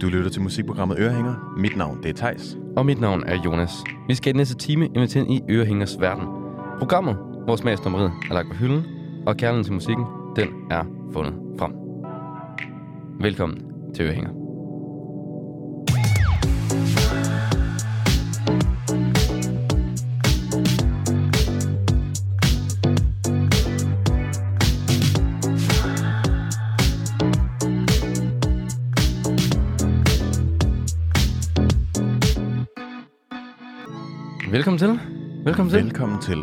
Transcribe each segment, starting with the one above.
Du lytter til musikprogrammet Ørehænger. Mit navn det er Tejs. Og mit navn er Jonas. Vi skal i den næste time invitere ind i Ørehængers verden. Programmet, hvor smagsdommeriet er lagt på hylden, og kærligheden til musikken, den er fundet frem. Velkommen til Ørehænger. Velkommen til. Velkommen til. Velkommen til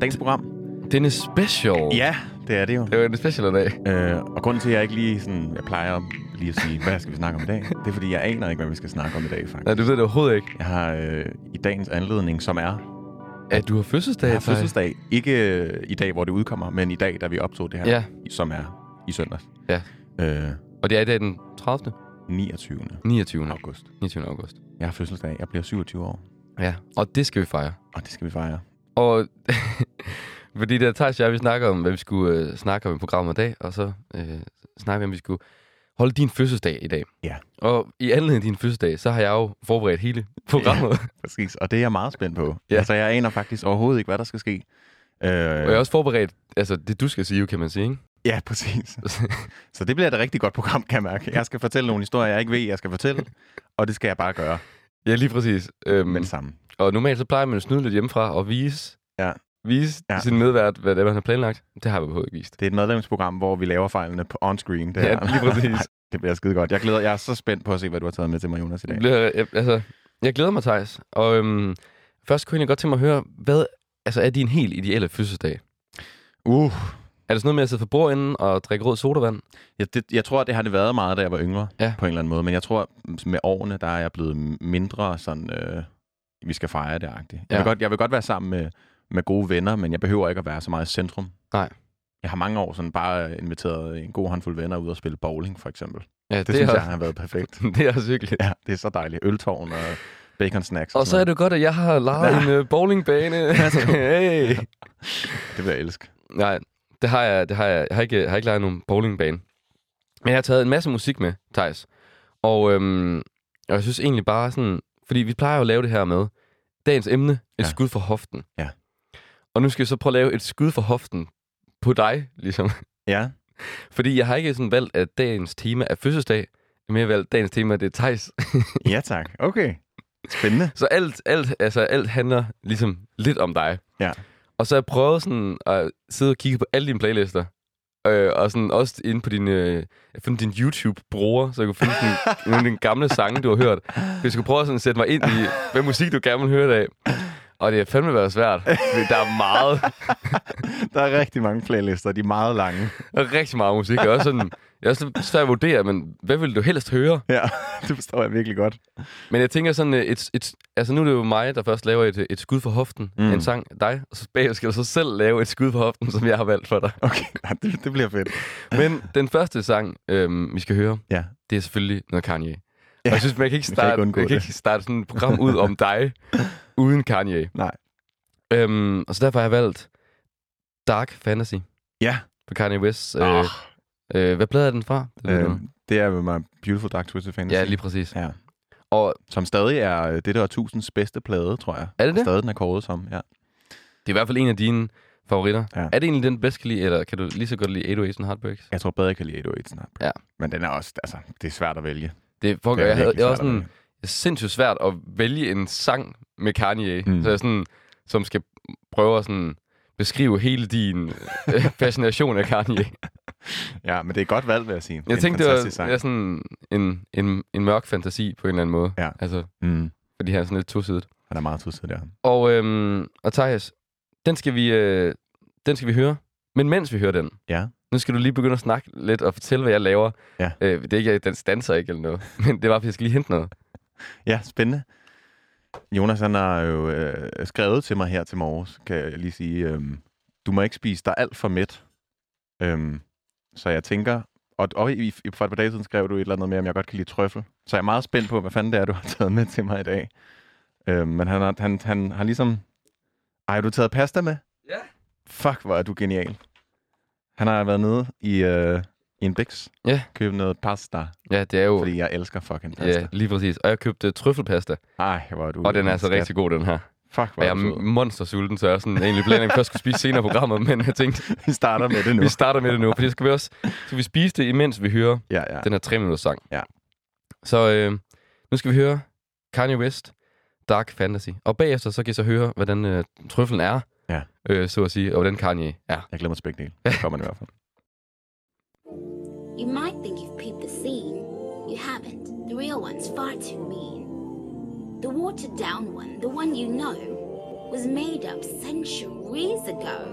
dagens program. Denne special. Ja, det er det jo. Det var en special i dag. Øh, og grunden til, at jeg ikke lige sådan, jeg plejer lige at sige, hvad skal vi snakke om i dag? Det er, fordi jeg aner ikke, hvad vi skal snakke om i dag, Nej, faktisk. du ved det overhovedet ikke. Jeg har øh, i dagens anledning, som er, At du har fødselsdag. jeg har Tej. fødselsdag. Ikke øh, i dag, hvor det udkommer, men i dag, da vi optog det her, Ja, som er i søndags. Ja. Øh, og det er i dag den 30. 29. 29. august. 29. august. Jeg har fødselsdag. Jeg bliver 27 år, Ja, og det skal vi fejre. og det skal vi fejre. Og fordi der Thijs og jeg, vi snakker om, hvad vi skulle øh, snakke om i programmet i dag, og så øh, snakker vi om, vi skulle holde din fødselsdag i dag. Ja. Og i anledning af din fødselsdag, så har jeg jo forberedt hele programmet, ja. Præcis, og det er jeg meget spændt på. Ja. ja. Altså, jeg aner faktisk overhovedet ikke, hvad der skal ske. Øh, og jeg har også forberedt altså, det, du skal sige, kan man sige, ikke? Ja, præcis. Så det bliver et rigtig godt program, kan jeg mærke. Jeg skal fortælle nogle historier, jeg ikke ved, jeg skal fortælle, og det skal jeg bare gøre Ja, lige præcis. Øhm, med Men... det samme. Og normalt så plejer man at snyde lidt hjemmefra og vise, Ja. vise ja. Ja. sin medvært, hvad det er, man har planlagt. Det har vi overhovedet ikke vist. Det er et medlemsprogram, hvor vi laver fejlene på on-screen. Det, Ja, her. lige præcis. det bliver skide godt. Jeg, glæder, jeg er så spændt på at se, hvad du har taget med til mig, Jonas, i dag. Det bliver- Jeg, altså, jeg glæder mig, Thijs. Og øhm, først kunne jeg egentlig godt tænke mig at høre, hvad altså, er din helt ideelle fødselsdag? Uh, Er det sådan noget med at sidde for bordenden og drikke rød sodavand? jeg, det, jeg tror, det har det været meget, da jeg var yngre, Ja. ja. på en eller anden måde. Men jeg tror, med årene, der er jeg blevet mindre sådan, øh, vi skal fejre det -agtigt. Jeg, Ja. vil godt, jeg vil godt være sammen med, med gode venner, men jeg behøver ikke at være så meget i centrum. Nej. Jeg har mange år sådan bare inviteret en god håndfuld venner ud og spille bowling, for eksempel. Ja, Det, det synes er, jeg har været perfekt. det er også hyggeligt. Ja, det er så dejligt. Øltårn og bacon snacks. Og så er sådan det jo godt, at jeg har lejet Ja. en øh, bowlingbane. Værsgo. hey. noget. Det vil jeg elske. Nej, det har jeg, det har jeg. Jeg har ikke, jeg har ikke lejet nogen bowlingbane. Men jeg har taget en masse musik med, Thijs. Og, øhm, og jeg synes egentlig bare sådan... Fordi vi plejer jo at lave det her med dagens emne, et Ja. skud for hoften. Ja. Og nu skal vi så prøve at lave et skud for hoften på dig, ligesom. Ja, Fordi jeg har ikke sådan valgt, at dagens tema er fødselsdag, men jeg har valgt, at dagens tema det er Thijs. ja tak. Okay. Spændende. Så alt, alt, altså alt handler ligesom lidt om dig. Ja. Og så har jeg prøvet sådan at sidde og kigge på alle dine playlister. Øh, og sådan også inde på din, øh, jeg fandt din YouTube-bruger, så jeg kunne finde sådan, nogle af dine gamle sange, du har hørt. Hvis jeg skulle prøve sådan at sætte mig ind i, hvad musik du gerne vil høre i dag. Og det har fandme været svært. fordi Der er meget, Der er rigtig mange playlister. De er meget lange. der er rigtig meget musik. Og også sådan, jeg er også lidt svært at vurdere, men hvad vil du helst høre? Ja, det forstår jeg virkelig godt. Men jeg tænker sådan, øh, et, et, altså nu er det jo mig, der først laver et, øh, et skud for hoften, mm. Mm. en sang af dig, og så bagefter skal du så selv lave et skud for hoften, som jeg har valgt for dig. Okay, ja, det, det bliver fedt. Men den første sang, øhm, vi skal høre, Ja. det er selvfølgelig noget Kanye. Ja. Ja, Og jeg synes, man kan ikke vi kan ikke starte, undgå man kan det. ikke starte sådan et program ud om dig, uden Kanye. Nej. Øhm, og så derfor har jeg valgt Dark Fantasy Ja. på Kanye West. Øh, Ah. øh, hvad plade er den fra? Det ved Øh, du. det er med My Beautiful Dark Twisted Fantasy. ja, lige præcis. Ja. Og Som stadig er øh, det der årtusinds bedste plade, tror jeg. er det det? Stadig den er kåret som, ja. Det er i hvert fald en af dine favoritter. Ja. Er det egentlig den, du bedst kan lide, eller kan du lige så godt lide 808's and Heartbreaks? Jeg tror bedre, jeg kan lide 808 snart. Ja. Men den er også, altså, det er svært at vælge. Det fuck, Det er jeg, havde, virkelig jeg var svært at sådan sindssygt svært at vælge en sang med Kanye, mm. Mm. så jeg sådan, som skal prøve at sådan beskrive hele din øh, fascination af Kanye. Ja, men det er et godt valg, vil jeg sige. Jeg en tænkte, det var fantastisk sang. ja, sådan en, en, en mørk fantasi på en eller anden måde. Ja. Altså, Mm. fordi han er sådan lidt tosidet. Han er meget tosset der. Og, øhm, og Thijs, den skal, vi, øh, den skal vi høre. Men mens vi hører den, Ja. nu skal du lige begynde at snakke lidt og fortælle, hvad jeg laver. Ja. Øh, det er ikke, at den danser ikke eller noget, men det var, fordi jeg skal lige hente noget. Ja, spændende. Jonas, han har jo øh, skrevet til mig her til morges, kan jeg lige sige. Øh, du må ikke spise dig alt for mæt. Øh, så jeg tænker... Og, og i, i- for et par dage siden skrev du et eller andet med, om jeg godt kan lide trøffel. Så jeg er meget spændt på, hvad fanden det er, du har taget med til mig i dag. Øh, men han har, han, han har ligesom... Ej, har du taget pasta med? Ja. Fuck, hvor er du genial. Han har været nede i, øh, i en biks. Ja. Købe noget pasta, Ja, det er jo... fordi jeg elsker fucking pasta. Ja, lige præcis. Og jeg købte øh, trøffelpasta, Ej, hvor er du... og den er en altså skat. rigtig god, den her. Fuck, hvor Og jeg er er du sød. monster sulten, så jeg er sådan egentlig planlagt, at først skulle spise senere i programmet, men jeg tænkte, Vi starter med det nu. vi starter med det nu, for det skal vi også skal vi spise det, imens vi hører Ja, ja. den her 3 minutters sang. Ja. Så øh, nu skal vi høre Kanye West, Dark Fantasy. Og bagefter så kan I så høre, hvordan øh, trøffelen er, Ja. øh, så at sige, og hvordan Kanye er. Jeg glemmer til begge dele. Det kommer den i hvert fald. You might think you've peeped the scene. You haven't. The real one's far too mean. The watered down one, the one you know, was made up centuries ago.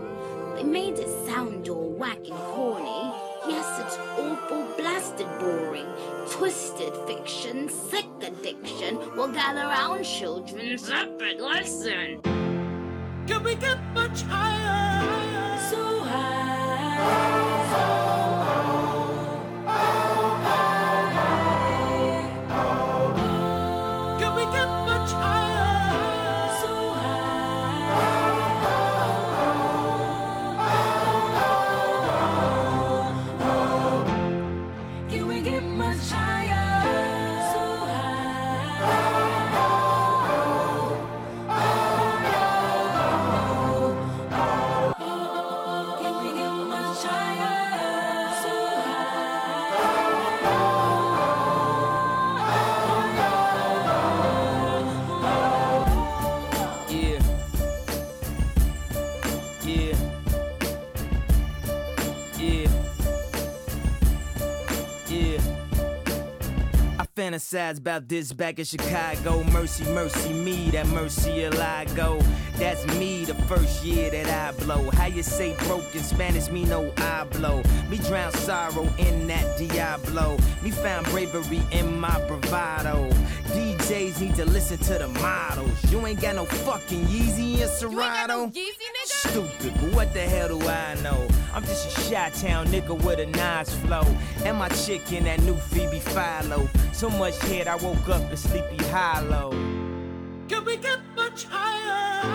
They made it sound all whack and corny. Yes, it's awful, blasted boring. Twisted fiction, sick addiction. Well, gather round, children, zip it, listen. Can we get much higher? So high. Can we get much higher? So high. Can we get much higher? So high. Can we get much higher? So high. Yeah. Yeah. Yeah. Yeah. I fantasize about this back in Chicago. Mercy, mercy me, that mercy go. That's me the first year that I blow. How you say broke in Spanish, me no I blow. Me drown sorrow in that Diablo. Me found bravery in my bravado. DJs need to listen to the models. You ain't got no fucking Yeezy and Serato. Stupid, but what the hell do I know? I'm just a shy town nigga with a nice flow. And my chick in that new Phoebe Philo. So much head, I woke up in Sleepy Hollow. Can we get much higher?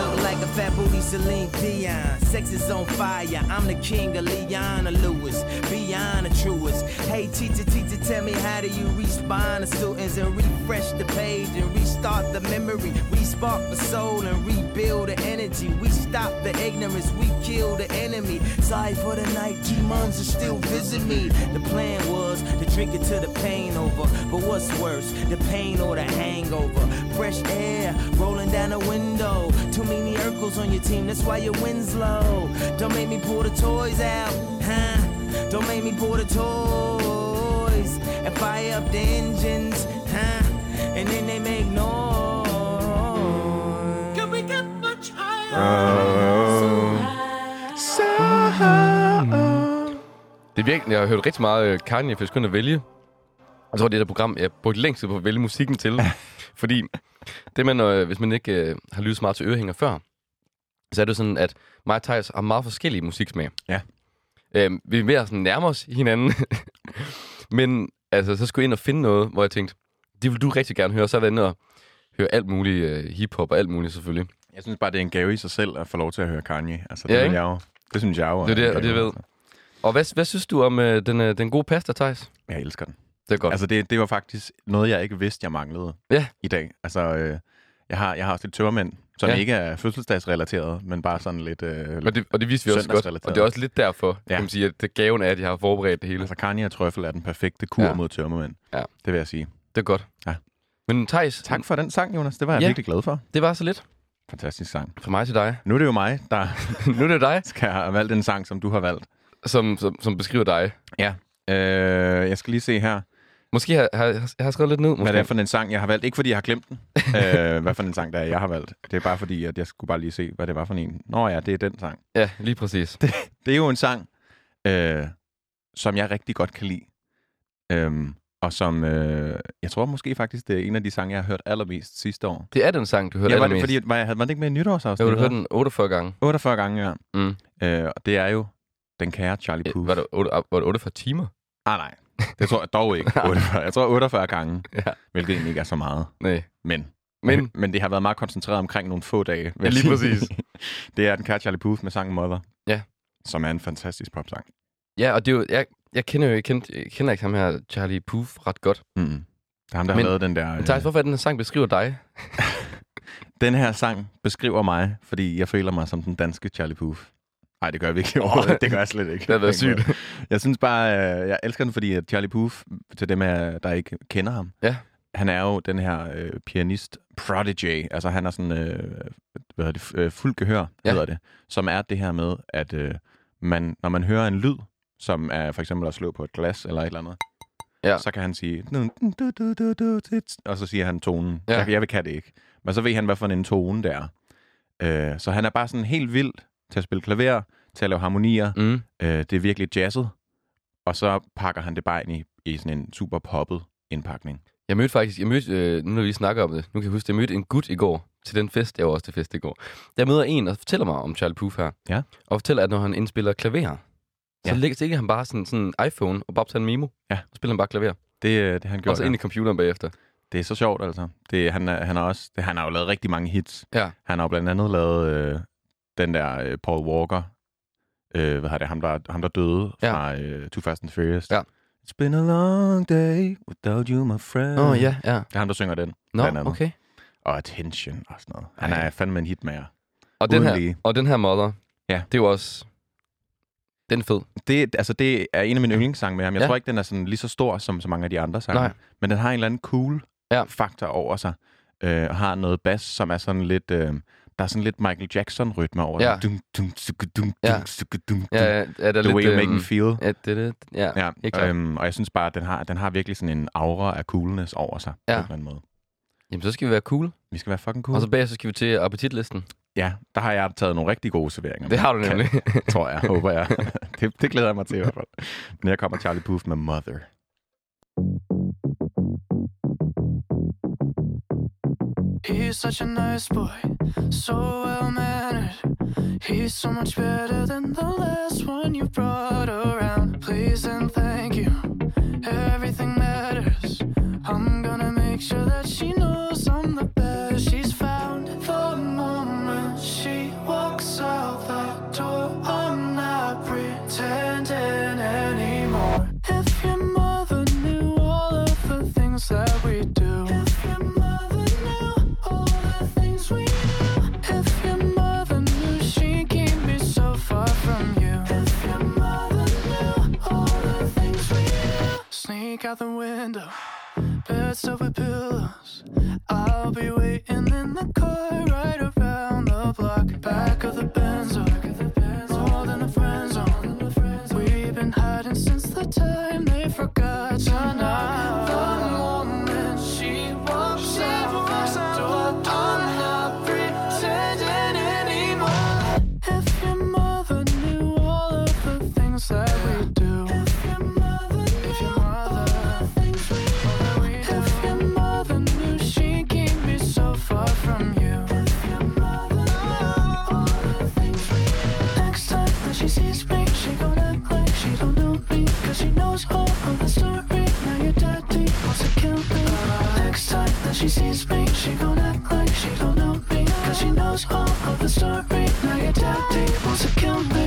Look like a fat booty Celine Dion. Sex is on fire. I'm the king of Leona Lewis. Beyond the truest. Hey, teacher, teacher, tell me how do you respond to students and refresh the page and restart the memory? Respark the soul and rebuild the energy. We stop the ignorance. We kill the enemy. Sorry for the night. G-Mons are still visit me. The plan was to drink it till the pain over. But what's worse, the pain or the hangover? Fresh air rolling down the window. Too many Urkels on your team, that's why your win's low. Don't make me pull the toys out, huh? Don't make me pull the toys and fire up the engines, huh? And then they make noise. Can we get much higher? Det er virkelig, jeg har hørt rigtig meget øh, Kanye, for jeg skulle ind og vælge. Jeg tror, det er det program, jeg brugte længst tid på at vælge musikken til. fordi det man, øh, hvis man ikke øh, har lyttet så meget til ørehænger før, så er det jo sådan, at mig og Thijs har meget forskellige musiksmag. Ja. Øhm, vi er ved at sådan nærme os hinanden. Men altså, så skulle jeg ind og finde noget, hvor jeg tænkte, det vil du rigtig gerne høre. Så er jeg været inde og høre alt muligt øh, hiphop og alt muligt selvfølgelig. Jeg synes bare, det er en gave i sig selv at få lov til at høre Kanye. Altså, det, Ja, ja, ikke? jeg jo, det synes jeg jo. er Det er det, en og det gave, ved. altså. Og hvad, hvad synes du om øh, den, øh, den gode pasta, Thijs? Jeg elsker den. Det er godt. Altså, det, det var faktisk noget, jeg ikke vidste, jeg manglede Ja. i dag. Altså, øh, jeg har, jeg har også lidt tørmænd, som Ja. ja. ikke er fødselsdagsrelateret, men bare sådan lidt... Øh, Og det, og det viste vi også godt. Søndagsrelateret. Og det er også lidt derfor, ja. Ja. kan man sige, at det gaven er, at jeg har forberedt det hele. altså, Kanye og Trøffel er den perfekte kur Ja. ja. mod tørmænd. Ja. Det vil jeg sige. Det er godt. Ja. Men Thijs, Tak for den sang, Jonas. Det var jeg Ja. ja. virkelig glad for. det var så lidt Fantastisk sang. fra mig til dig. Nu er det jo mig, der nu er det dig, skal have valgt den sang, som du har valgt. som, som, som beskriver dig. Ja. Øh, jeg skal lige se her, Måske har har- har jeg skrevet lidt ned. Måske. hvad det er for en sang, jeg har valgt. Ikke fordi jeg har glemt den, øh, hvad for en sang, der er, jeg har valgt. Det er bare fordi, at jeg skulle bare lige se, hvad det var for en. Nå ja, det er den sang. Ja, lige præcis. Det. Det er jo en sang, øh, som jeg rigtig godt kan lide. Øhm, og som, øh, jeg tror måske faktisk, det er en af de sange, jeg har hørt allermest sidste år. det er den sang, du hørte Ja, var det, allermest. fordi, var, jeg, havde man det ikke med i nytårsafsnit? Jo, du hørte den 48 gange. 48 gange, ja. Mm. Øh, og det er jo den kære Charlie Puth. Var det, 8, var det 48 timer? Ah, nej. Det tror jeg dog ikke. 48. Jeg tror 48 gange, Ja. ja. hvilket egentlig ikke er så meget. Nej. Men Men Men det har været meget koncentreret omkring nogle få dage. vil Ja, lige jeg sige. præcis. det er den kære Charlie Puth med sangen Mother. Ja. Som er en fantastisk popsang. ja, og det er jo, jeg, jeg kender jo jeg kender, jeg kender ikke ham her, Charlie Puth, ret godt. Mm. Det er ham, der Men- har lavet den der... Men øh, Thijs, hvorfor er den her sang beskriver dig? Den her sang beskriver mig, fordi jeg føler mig som den danske Charlie Puth. Nej, det gør jeg virkelig overhovedet. Det gør jeg slet ikke. Det havde været sygt. Jeg synes bare, øh, jeg elsker den, fordi at Charlie Puth, til dem, af jer, der ikke kender ham, Ja. han er jo den her øh, pianist prodigy. Altså han er sådan, øh, hvad hedder det, F- øh, fuld gehør, Ja. ja. hedder det. Som er det her med, at øh, man, når man hører en lyd, som er for eksempel at slå på et glas eller et eller andet, Ja. så kan han sige, "Dun, dun, du, du, du, du, tit." og så siger han tonen. Ja. Ja. Jeg, jeg vil kan det ikke. Men så ved han, hvad for en tone det er. Øh, så han er bare sådan helt vild til at spille klaver, til at lave harmonier. Mm. Øh, det er virkelig jazzet. Og så pakker han det bare ind i, i sådan en super poppet indpakning. Jeg mødte faktisk, jeg mødte, øh, nu når vi snakker om det, nu kan jeg huske, jeg mødte en gut i går til den fest, jeg var også til fest i går. Der møder en, og fortæller mig om Charlie Puth her. Ja. Og fortæller, at når han indspiller klaver, så Ja. lægger ikke han bare sådan, sådan en iPhone og bare optager en memo. Ja. Og spiller han bare klaver. Det, øh, det han Gjorde og så gjorde. ind i der. computeren bagefter. Det er så sjovt, altså. Det, han, er- han, er også, det, han har jo lavet rigtig mange hits. Ja. Han har jo blandt andet lavet øh, den der øh, Paul Walker. Øh, hvad har det? Ham der, ham, der døde Ja. fra øh, Too Fast and Furious. Ja. It's been a long day without you, my friend. Åh, oh, ja, ja. Det er ham, der synger den. Nå, Blandt andet. okay. Og Attention og sådan noget. Han Ej. er fandme en hitmager. Og den, Uden her, lige. og den her Mother, Ja. det er jo også... Den er fed. det, altså, det er en af mine yndlingssange med ham. Jeg Ja. ja. tror ikke, den er sådan lige så stor som så mange af de andre sange. Nej. Men den har en eller anden cool Ja. ja. faktor over sig. Øh, og har noget bas, som er sådan lidt... Øh, der er sådan lidt Michael Jackson-rytme over Ja. den. Dum, dum, sukka, dum, Ja. dum, sukka, dum, Ja, dum. ja, ja, der er The way lidt... you make me øhm, feel. Ja, det, det, ja, ja. Ja, helt klart. øhm, og jeg synes bare, at den har, den har virkelig sådan en aura af coolness over sig. Ja. På en eller anden måde. Jamen, så skal vi være cool. Vi skal være fucking cool. cool. Og så bagefter så skal vi til appetitlisten. Ja, der har jeg taget nogle rigtig gode serveringer. Det med. har du nemlig. Tror jeg, håber jeg. det, det glæder jeg mig til i hvert fald. Men her kommer Charlie Puth med Mother. He's such a nice boy, so well mannered. He's so much better than the last one you brought around. Please and thank you, everything matters. I'm gonna make sure that she knows I'm the best she's found. The moment she walks out that door, I'm not pretending anymore. If your mother knew all of the things that we do, if your mother knew all the things we do, if your mother knew she keep me so far from you, if your mother knew all the things we do, sneak out the window. Beds over pillows. I'll be waiting in the car right around the block. Back of the Benzo, more than a friend zone. We've been hiding since the time they forgot your knock. The moment she walks out that door, I'm not pretending anymore. If your mother knew all of the things that we do. If your mother, if your mother, if your mother knew she keep me so far from you. Next time when she sees me, she gon' act like she don't know me. Cause she knows all of the story. Now your daddy wants to kill me. Next time that she sees me, she gon' act like she don't know me. Cause she knows all of the story. Now your daddy wants to kill me.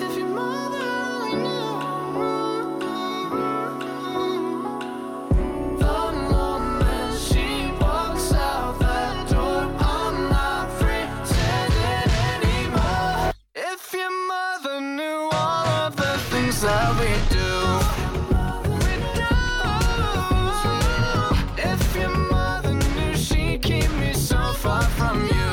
If your mother only knew The moment she walks out that door I'm not pretending anymore If your mother knew all of the things that we do If your mother knew she'd keep me so far from you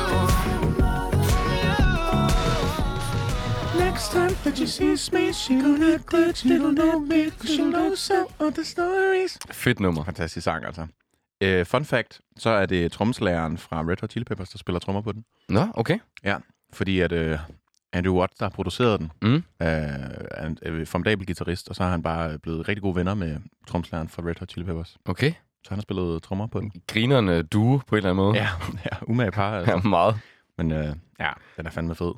Next time But she sees me, she gonna act like she don't know me, cause she knows some of the stories. Fedt nummer. Fantastisk sang, altså. Uh, fun fact, så er det tromslæreren fra Red Hot Chili Peppers, der spiller trommer på den. Nå, okay. Ja, fordi at uh, Andrew Watt, der har produceret den, øh, Mm. er en øh, formidabel guitarist, og så er han bare blevet rigtig gode venner med tromslæreren fra Red Hot Chili Peppers. Okay. Så han har spillet trommer på den. Grineren øh, duo på en eller anden måde. Ja, ja umage par. Altså. ja Ja. meget. Men uh, ja, den er fandme fed.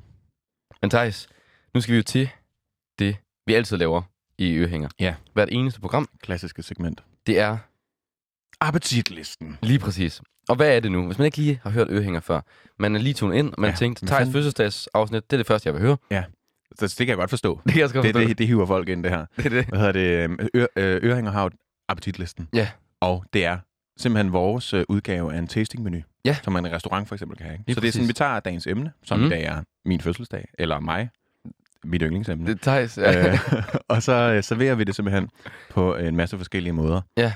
Men Thijs, nu skal vi jo til det, vi altid laver i Øhænger. Ja. Hvert eneste program, Klassiske segment. det er appetitlisten. Lige præcis. Og hvad er det nu? Hvis man ikke lige har hørt Øhænger før, man er lige tunet ind, og man Ja, ja, tænkte, men Thijs fanden- fødselsdagsafsnit, det er det første, jeg vil høre. Ja. Så det kan jeg godt forstå. Det kan jeg også godt Det, forstå. det, det hiver folk ind, det her. det, det. Hvad hedder det? Ø- øh, Øringer har jo appetitlisten. Ja. Og det er simpelthen vores øh, udgave af en tastingmenu. Ja. Som en restaurant for eksempel kan have. Ikke? Lige Så det er sådan, præcis. vi tager dagens emne, som mm. Mhm. i dag er min fødselsdag, eller mig, mit yndlingsemne. Det er Thijs. Ja. øh, og så øh, serverer vi det simpelthen på en masse forskellige måder. Ja.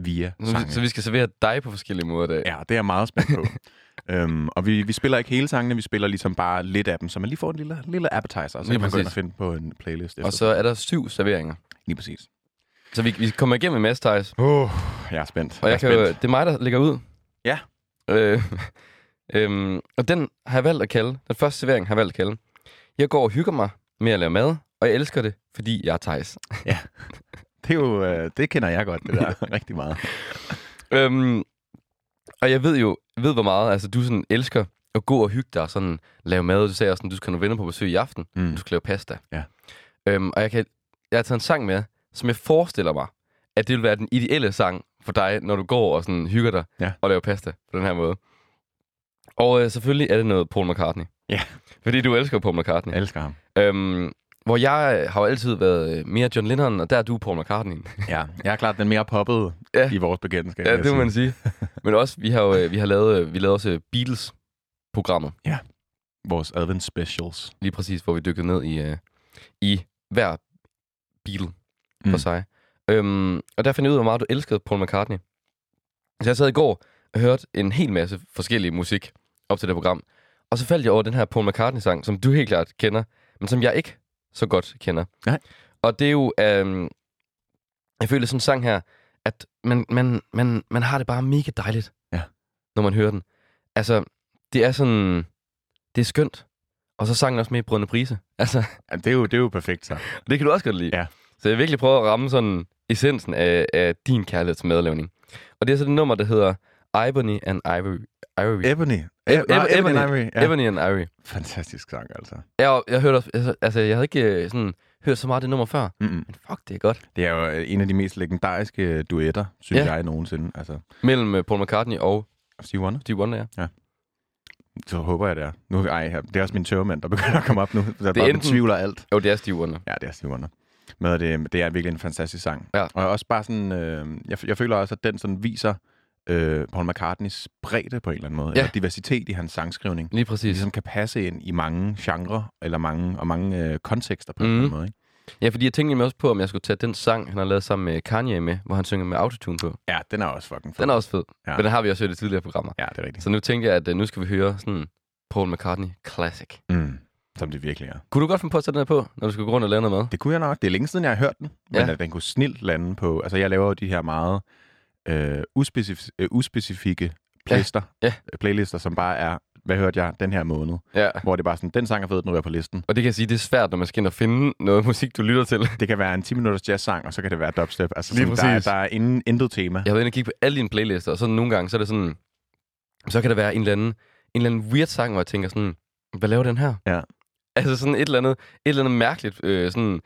Via Så, sange. vi- så vi skal servere dig på forskellige måder i dag. Ja, det er jeg meget spændt på. øhm, og vi, vi spiller ikke hele sangene, vi spiller ligesom bare lidt af dem, så man lige får en lille, lille appetizer, og så Lige kan man gå ind og præcis. finde på en playlist. Og efter. så er der syv serveringer. Lige præcis. Så vi, vi kommer igennem en masse, Thijs. Uh, jeg er spændt. Og jeg kan, er jo- spændt. det er mig, der lægger ud. Ja. Øh, øhm, og den har jeg valgt at kalde, den første servering har jeg valgt at kalde, jeg går og hygger mig med at lave mad, og jeg elsker det, fordi jeg er Thijs. Det, er jo, øh, det kender jeg godt, det der rigtig meget. Øhm, og jeg ved jo, jeg ved hvor meget, altså du sådan elsker at gå og hygge dig og sådan lave mad. Du sagde også sådan, du skal nå venner på besøg i aften, Mm. mm. du skal lave pasta. Ja. Øhm, og jeg, kan, jeg har taget en sang med, som jeg forestiller mig, at det vil være den ideelle sang for dig, når du går og sådan hygger dig Ja. og laver pasta på den her måde. Og øh, selvfølgelig er det noget Paul McCartney. Ja. Fordi du elsker Paul McCartney. Jeg elsker ham. Øhm, hvor jeg øh, har jo altid været øh, mere John Lennon, og der er du Paul McCartney. Ja, jeg er klart den mere poppede ja. Ja. i vores bekendtskab. Ja, vil jeg det må sige. man sige. Men også, vi har jo øh, vi har lavet, øh, vi lavede også øh, Beatles-programmet, Vores advent specials. lige præcis, hvor vi dykkede ned i, øh, i hver Beatle for Mm. sig. Øhm, og der fandt jeg ud af, hvor meget du elskede Paul McCartney. Så jeg sad i går og hørte en hel masse forskellige musik op til det program. Og så faldt jeg over den her Paul McCartney-sang, som du helt klart kender, men som jeg ikke så godt kender. Nej. Og det er jo, øhm, jeg føler sådan en sang her, at man, man, man, man har det bare mega dejligt, Ja. når man hører den. Altså, det er sådan, det er skønt. Og så sang den også med i Brødende Prise. Altså, Ja, det, er jo, det er jo perfekt, så. det kan du også godt lide. Ja. Så jeg virkelig prøver at ramme sådan essensen af, af din kærlighed til madlavning. Og det er så det nummer, der hedder Ebony and Ivory. Ivory. Ebony. E- Eb- nej, Ebony. Ivory. Ja. Ebony and Ivory. Fantastisk sang, altså. Jeg, jeg hørte også, altså- altså, jeg havde ikke øh, sådan, hørt så meget af det nummer før. Mm-mm. Men fuck, det er godt. Det er jo øh, en af de mest legendariske øh, duetter, synes Ja. jeg nogensinde. Altså, Mellem øh, Paul McCartney og Steve Wonder. Steve Wonder, ja. Så håber jeg, det er. Nu, ej, det er også min tørmand, der begynder at komme op nu. Jeg det bare enten- betvivler alt. Jo, det er Steve Wonder. Ja, det er Steve Wonder. Men det, det er virkelig en fantastisk sang. Ja. Og også bare sådan, øh, jeg, jeg føler også, at den sådan viser øh, Paul McCartneys bredde på en eller anden måde. Ja. Eller diversitet i hans sangskrivning. Lige præcis. Ligesom kan passe ind i mange genrer, eller mange, og mange øh, kontekster på en Mhm. eller anden måde. Ikke? Ja, fordi jeg tænkte nemlig også på, om jeg skulle tage den sang, han har lavet sammen med Kanye med, hvor han synger med autotune på. Ja, den er også fucking fed. Den er også fed. Ja. Ja. Men den har vi også hørt i tidligere programmer. Ja, det er rigtigt. Så nu tænker jeg, at øh, nu skal vi høre sådan Paul McCartney Classic. Mm. Som det virkelig er. Kunne du godt finde på at tage den her på, når du skal gå rundt og lave noget mad? Det kunne jeg nok. Det er længe siden, jeg har hørt den. Men Ja. at den kunne snilt lande på... Altså, jeg laver jo de her meget øh, uspecif- øh, uspecifikke playlister, Ja. øh, playlister, som bare er, hvad hørte jeg den her måned? Ja. Hvor det er bare sådan, den sang er fed, den ryger på listen. Og det kan jeg sige, det er svært, når man skal ind og finde noget musik, du lytter til. Det kan være en 10-minutters jazzsang, og så kan det være dubstep. Altså, sådan, Lige der, er, præcis. der er ingen, intet tema. Jeg har været inde og kigge på alle dine playlister, og så nogle gange, så er det sådan, så kan der være en eller anden, en eller anden weird sang, hvor jeg tænker sådan, hvad laver den her? Ja. Altså sådan et eller andet, et eller andet mærkeligt, øh, sådan,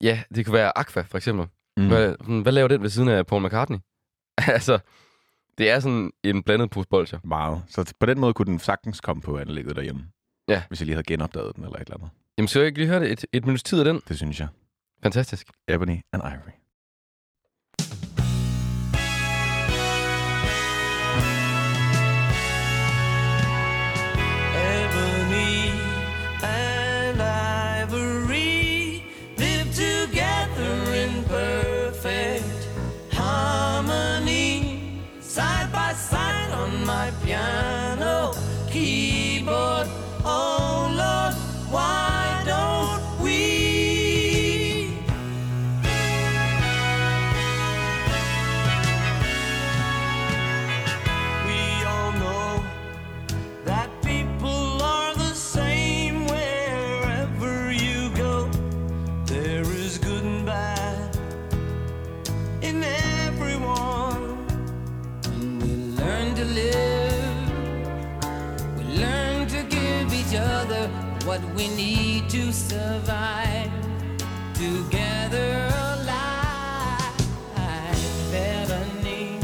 ja, det kunne være Aqua, for eksempel. Mm. Mm. Hvad, sådan, hvad laver den ved siden af Paul McCartney? altså, det er sådan en blandet pose bolcher. Meget. Så t- på den måde kunne den sagtens komme på anlægget derhjemme. Ja. Hvis jeg lige havde genopdaget den eller et eller andet. Jamen, skal jeg ikke lige høre det? Et, et minuts tid af den? Det synes jeg. Fantastisk. Ebony and Ivory. Ebony and ivory live together in perfect harmony, side by side on my piano keyboard. Oh Lord, why don't we? We all know that people are the same wherever you go. There is good and bad in everyone. And we learn to live, we learn to give each other what we need to survive. Together alive, better need.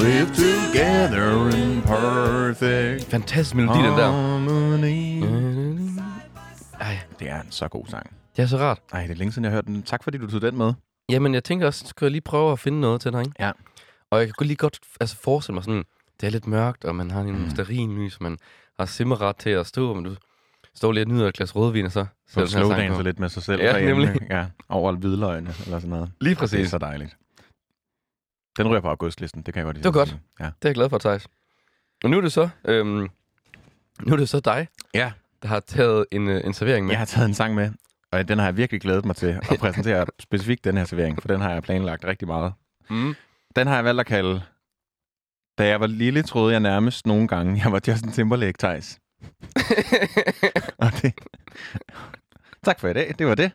Live together in perfect Fantastisk melodi, den der. harmony. Ej, Det er en så god sang. det er så rart. Ej, det er længe siden, jeg har hørt den. Tak fordi du tog den med. Jamen, jeg tænker også, skulle jeg lige prøve at finde noget til dig, ikke? Ja. Og jeg kan godt lige godt altså, forestille mig sådan, det er lidt mørkt, og man har en mm. lys, man har simmeret til at stå, men du står lige og nyder et glas rødvin, og så Så sætter den her sang på. slowdanser lidt med sig selv. Ja, derhjemme, nemlig. ikke? Ja, over hvidløgene eller sådan noget. Lige Det er præcis. så dejligt. Den ryger på augustlisten, det kan jeg godt lide. Det var at godt. sige. Ja. Det er jeg glad for, Thijs. Og nu er det så, øhm, nu er det så dig, Ja. der har taget en, øh, en servering med. Jeg har taget en sang med, og den har jeg virkelig glædet mig til at præsentere specifikt den her servering, for den har jeg planlagt rigtig meget. Mm. Den har jeg valgt at kalde, da jeg var lille, troede jeg nærmest nogle gange, jeg var Justin Timberlake Thijs. og det... Tak for i dag, det var det.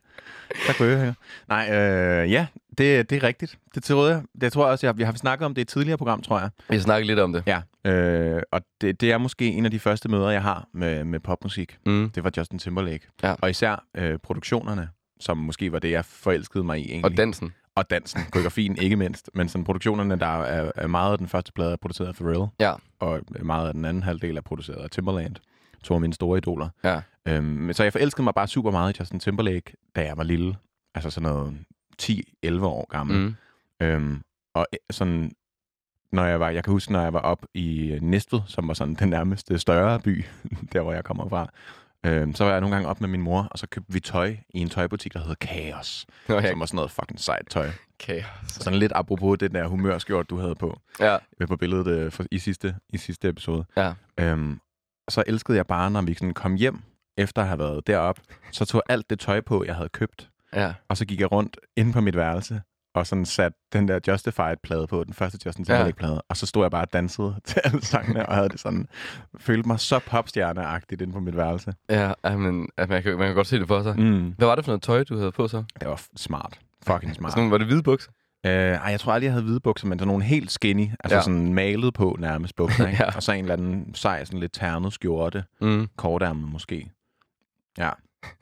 Tak for øvrigt. Nej, øh, ja, det, det er rigtigt. Det troede jeg. Det tror jeg også, jeg, vi har snakket om det i et tidligere program, tror jeg. Vi har snakket lidt om det. Ja, øh, og det, det er måske en af de første møder, jeg har med, med popmusik. Mm. Det var Justin Timberlake. Ja. Og især øh, produktionerne, som måske var det, jeg forelskede mig i egentlig. Og dansen. og dansen, koreografien ikke mindst. Men sådan produktionerne, der er, er meget af den første plade er produceret af Pharrell. Ja. Og meget af den anden halvdel er produceret af Timberland. To af mine store idoler. Ja. Øhm, men så jeg forelskede mig bare super meget i Justin Timberlake, da jeg var lille. Altså sådan noget 10-11 år gammel. Mm. Øhm, og øh, sådan, når jeg var, jeg kan huske, når jeg var op i øh, Næstved, som var sådan den nærmeste større by, der hvor jeg kommer fra, øhm, så var jeg nogle gange op med min mor, og så købte vi tøj i en tøjbutik, der hedder Chaos, Nå, okay. jeg som var sådan noget fucking sejt tøj. okay. Sådan lidt apropos det der humørskjort, du havde på, Ja. øh, på billedet øh, for, i, sidste, i sidste episode. Ja. Øhm, og så elskede jeg bare, når vi sådan kom hjem, efter at have været deroppe, så tog jeg alt det tøj på, jeg havde købt, Ja. og så gik jeg rundt inde på mit værelse, og sådan satte den der Justified-plade på, den første Justin Timberlake-plade, og så stod jeg bare og dansede til alle sangene, og havde det sådan, følte mig så popstjerneagtigt inde på mit værelse. Ja, jamen, at man, kan, man kan godt se det for sig. Mm. Hvad var det for noget tøj, du havde på så? Det var f- smart. Fucking smart. Sådan, var det hvide bukser? Øh, ej, jeg tror aldrig, jeg havde hvide bukser, men sådan nogle helt skinny, altså Ja. ja. sådan malet på nærmest bukser, ikke? Ja. ja. og så en eller anden sej, sådan lidt ternet skjorte, Mm. kortærmet måske. Ja,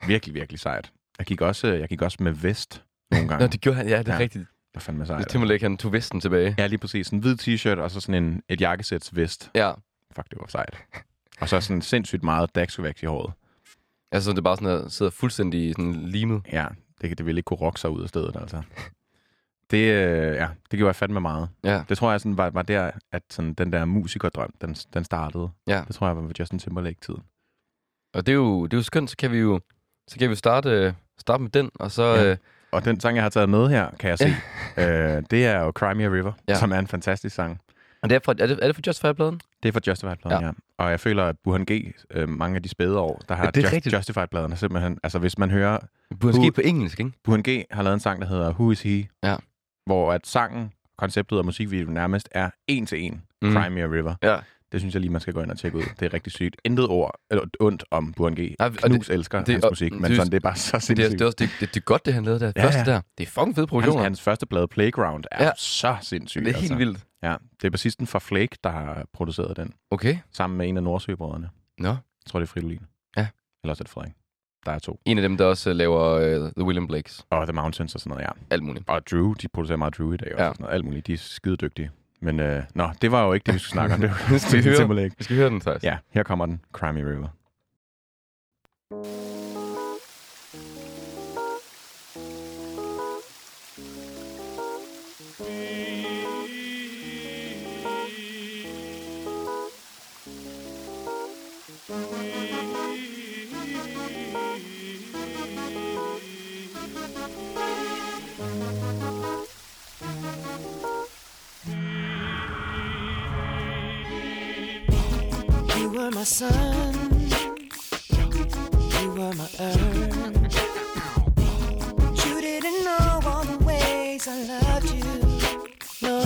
virkelig, virkelig sejt. Jeg gik også, øh, jeg gik også med vest nogle gange. Nå, det gjorde han. Ja, det er ja. Ja. rigtigt. Det var fandme Hvis sejt. Timberlake, han tog vesten tilbage. Ja, lige præcis. En hvid t-shirt og så sådan en, et jakkesætsvest. Ja. Fuck, det var sejt. Og så sådan sindssygt meget Daxovax i håret. Altså, det er bare sådan, at sidder fuldstændig sådan limet. Ja, det, det ville ikke kunne rokke sig ud af stedet, altså. Det, øh, ja, det gjorde jeg fandme meget. Ja. Det tror jeg sådan, var, var der, at sådan, den der musikerdrøm, den, den startede. Ja. Det tror jeg var ved Justin Timberlake-tiden. Og det er jo, det er jo skønt, så kan vi jo så kan vi starte, øh, starte med den, og så... Ja. Øh, Og den sang, jeg har taget med her, kan jeg se, øh, det er jo Cry Me A River, Ja. ja. som er en fantastisk sang. og det er, fra, er, det, er det for Just Fire-pladen? Det er fra Justified-pladen, ja. ja. Og jeg føler, at Burhan G, øh, mange af de spæde år, der har Ja, det er Just, rigtigt. Justified-pladen, er simpelthen... Altså, hvis man hører Måske Who- på engelsk, ikke? Burhan G har lavet en sang, der hedder Who Is He? Ja. Hvor at sangen, konceptet og musikvideoen nærmest er en til en. Mm. Mm. Cry Me A River. Ja. Det synes jeg lige, man skal gå ind og tjekke ud. Det er rigtig sygt. Intet ord eller ondt om Burhan G. og det- Knus elsker det- hans og- musik, men det- sådan, det er bare så Det er, sindssygt. det, er også, det, det, det er godt, det han lavede der. Ja, Ja, Første ja. der. Det er fucking fede hans, produktioner. hans første plade, Playground, er Ja. ja. så sindssygt. det er helt altså. vildt. Ja. Det er bassisten fra Flake, der har produceret den, Okay. sammen med en af Nordsøbrødrene. Nå. Jeg tror, det er Fridolin. Ja. Eller også er det Frederik. Der er to. En af dem, der også øh, laver uh, The William Blakes. Og The Mountains og sådan noget, ja. Alt muligt. Og Drew, de producerer meget Drew i dag også. Ja. Ja. Og sådan noget. Alt muligt, de er skide dygtige. Men øh, nå, det var jo ikke det, vi skulle snakke om. Det var Nu skal vi Justin høre. Timberlake. Vi skal høre den, Thijs. Ja, her kommer den. Cry Me River. You were my sun. You were my earth. But you didn't know all the ways I loved you. No.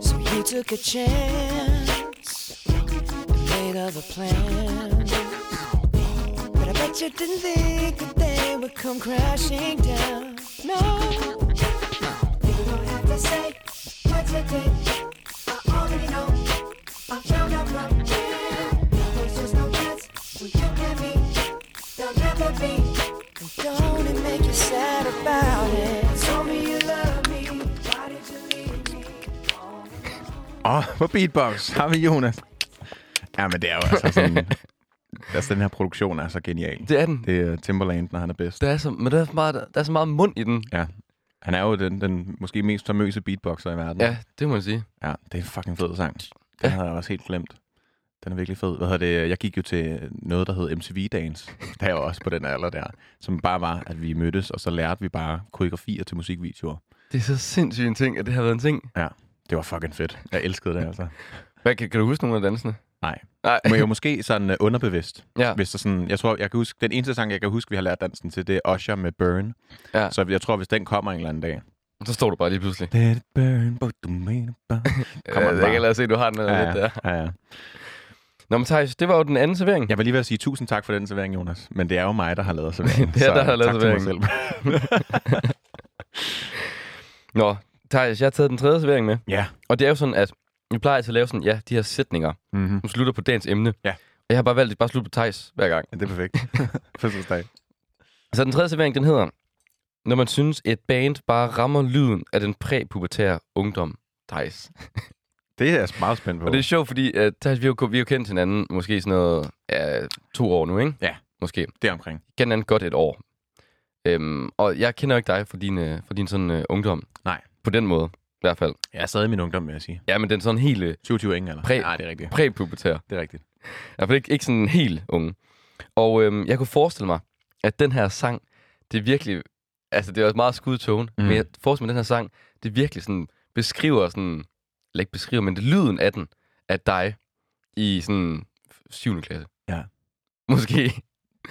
So you took a chance and made other plans. But I bet you didn't think that they would come crashing down. No. You don't have to say what you did. I already know. I found out right then. There's just no chance when you and me. There'll never be. And Don't it make you sad about it? Tell me you love me. Why did you leave me? Og på beatbox har vi Jonas. Ja, men det er jo altså sådan... altså, den her produktion er så genial. Det er den. Det er Timberland, når han er bedst. Der er så, men der er, så meget, der er så meget mund i den. Ja. Han er jo den, den måske mest famøse beatboxer i verden. Ja, det må man sige. ja det er en fucking fed sang. Den havde jeg også helt glemt. Den er virkelig fed. Hvad hedder det? Jeg gik jo til noget, der hed MTV Dance. Der er jo også på den alder der. Som bare var, at vi mødtes, og så lærte vi bare koreografier til musikvideoer. Det er så sindssygt en ting, at det har været en ting. Ja, det var fucking fedt. Jeg elskede det altså. Hvad, kan, kan du huske nogle af dansene? Nej. Nej. Men jo måske sådan øh, underbevidst. Ja. Hvis der sådan, jeg tror, jeg kan huske, den eneste sang, jeg kan huske, vi har lært dansen til, det er Usher med Burn. Ja. Så jeg tror, hvis den kommer en eller anden dag. Så står du bare lige pludselig. Let it burn, but the man Kommer jeg kan lade se, at du har den eller ja, ja. lidt ja, der. ja, ja. Nå, men Thijs, det var jo den anden servering. Jeg vil lige ved at sige tusind tak for den servering, Jonas. Men det er jo mig, der har lavet serveringen. Det så er dig, der har lavet tak til mig serveringen. selv. Nå, Thijs, jeg har taget den tredje servering med. ja. Og det er jo sådan, at vi plejer altid at lave sådan, ja, de her sætninger, Mm-hmm. som slutter på dagens emne. Ja. Og jeg har bare valgt at bare slutte på Thijs hver gang. Det er perfekt. Fødselsdag. Så den tredje servering, den hedder, når man synes, et band bare rammer lyden af den præpubertære ungdom. Thijs. Det er jeg meget spændt på. Og det er sjovt, fordi uh, Thijs, vi har, jo- vi har jo kendt hinanden måske sådan noget uh, to år nu, ikke? Ja. Måske. deromkring. kender hinanden godt et år. Øhm, og jeg kender jo ikke dig for din, øh, for din sådan, øh, ungdom. Nej. På den måde, i hvert fald. Jeg er stadig i min ungdom, vil jeg sige. Ja, men den sådan helt øh, 27 ingen alder. Præ- Nej, det er rigtigt. præpubertær. Det er rigtigt. I hvert fald ikke, ikke sådan helt unge. Og øhm, jeg kunne forestille mig, at den her sang, det er virkelig... Altså, det er også meget skudtone, mm. Mm. men jeg forestiller mig, at den her sang, det virkelig sådan beskriver sådan... Eller ikke beskriver, men det er lyden af den, af dig i sådan 7. klasse. Ja. Måske.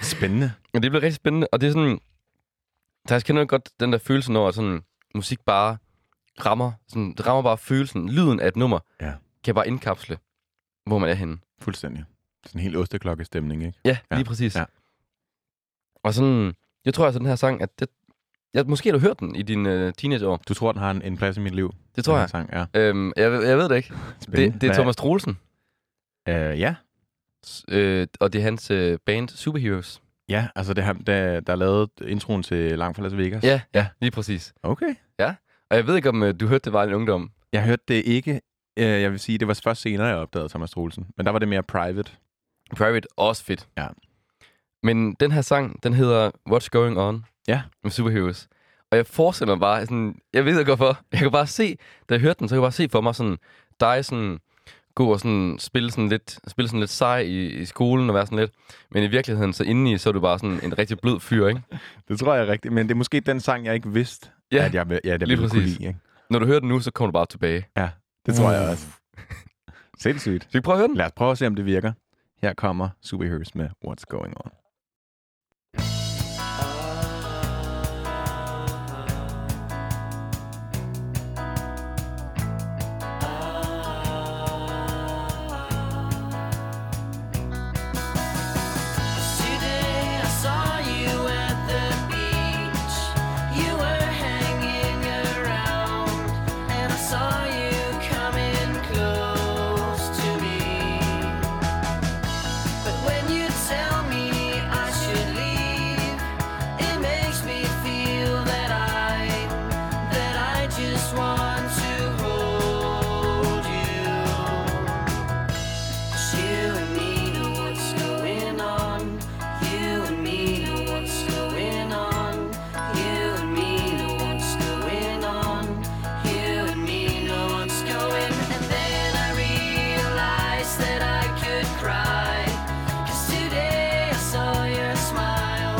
Spændende. Men det bliver rigtig spændende, og det er sådan... Thijs, kender du godt den der følelse, når sådan, musik bare rammer, sådan, det rammer bare følelsen, lyden af et nummer, Ja. kan bare indkapsle, hvor man er henne. Fuldstændig. Sådan en helt osteklokkestemning, ikke? Ja, Ja, lige præcis. ja. Og sådan, jeg tror altså, den her sang, at det, ja, måske har du hørt den i dine øh, teenageår. Du tror, den har en, en plads i mit liv? Det tror den her jeg. Sang. Ja. Øhm, jeg, ved- jeg ved det ikke. Det, det er Thomas Troelsen, Øh, ja. s- øh, og det er hans øh, band Superheroes. ja, altså det er ham, der, der lavede introen til Langt fra Las Vegas. Ja, ja, lige præcis. Okay. Og jeg ved ikke, om øh, du hørte det var en ungdom. Jeg hørte det ikke. Øh, jeg vil sige, det var først senere, jeg opdagede Thomas Troelsen. Men der var det mere private. Private, også fedt. Ja. Men den her sang, den hedder What's Going On Ja. med Superheroes. Og jeg forestiller mig bare, sådan, jeg ved ikke hvorfor, jeg kan bare se, da jeg hørte den, så kan jeg bare se for mig sådan, dig sådan, gå og sådan, spille, sådan lidt, spille sådan lidt sej i, i skolen og være sådan lidt. Men i virkeligheden, så indeni, så er du bare sådan en rigtig blød fyr, ikke? Det tror jeg er rigtigt. Men det er måske den sang, jeg ikke vidste, Ja, at jeg, vil- ja, at jeg lige ville kunne præcis. Mm. lide. Ikke? Når du hører den nu, så kommer du bare tilbage. Ja, det tror jeg også. Sindssygt. Skal vi prøve at høre den? Lad os prøve at se, om det virker. Her kommer Superheroes med What's Going On. Today I saw you at the beach. You were hanging around, and I saw you coming close to me. But when you tell me I should leave, it makes me feel that I that I just want to hold you. It's you and me know what's going on. You and me know what's going on. You and me know what's going on. You and me know what's going. And then I realized that I could cry. 'Cause today I saw your smile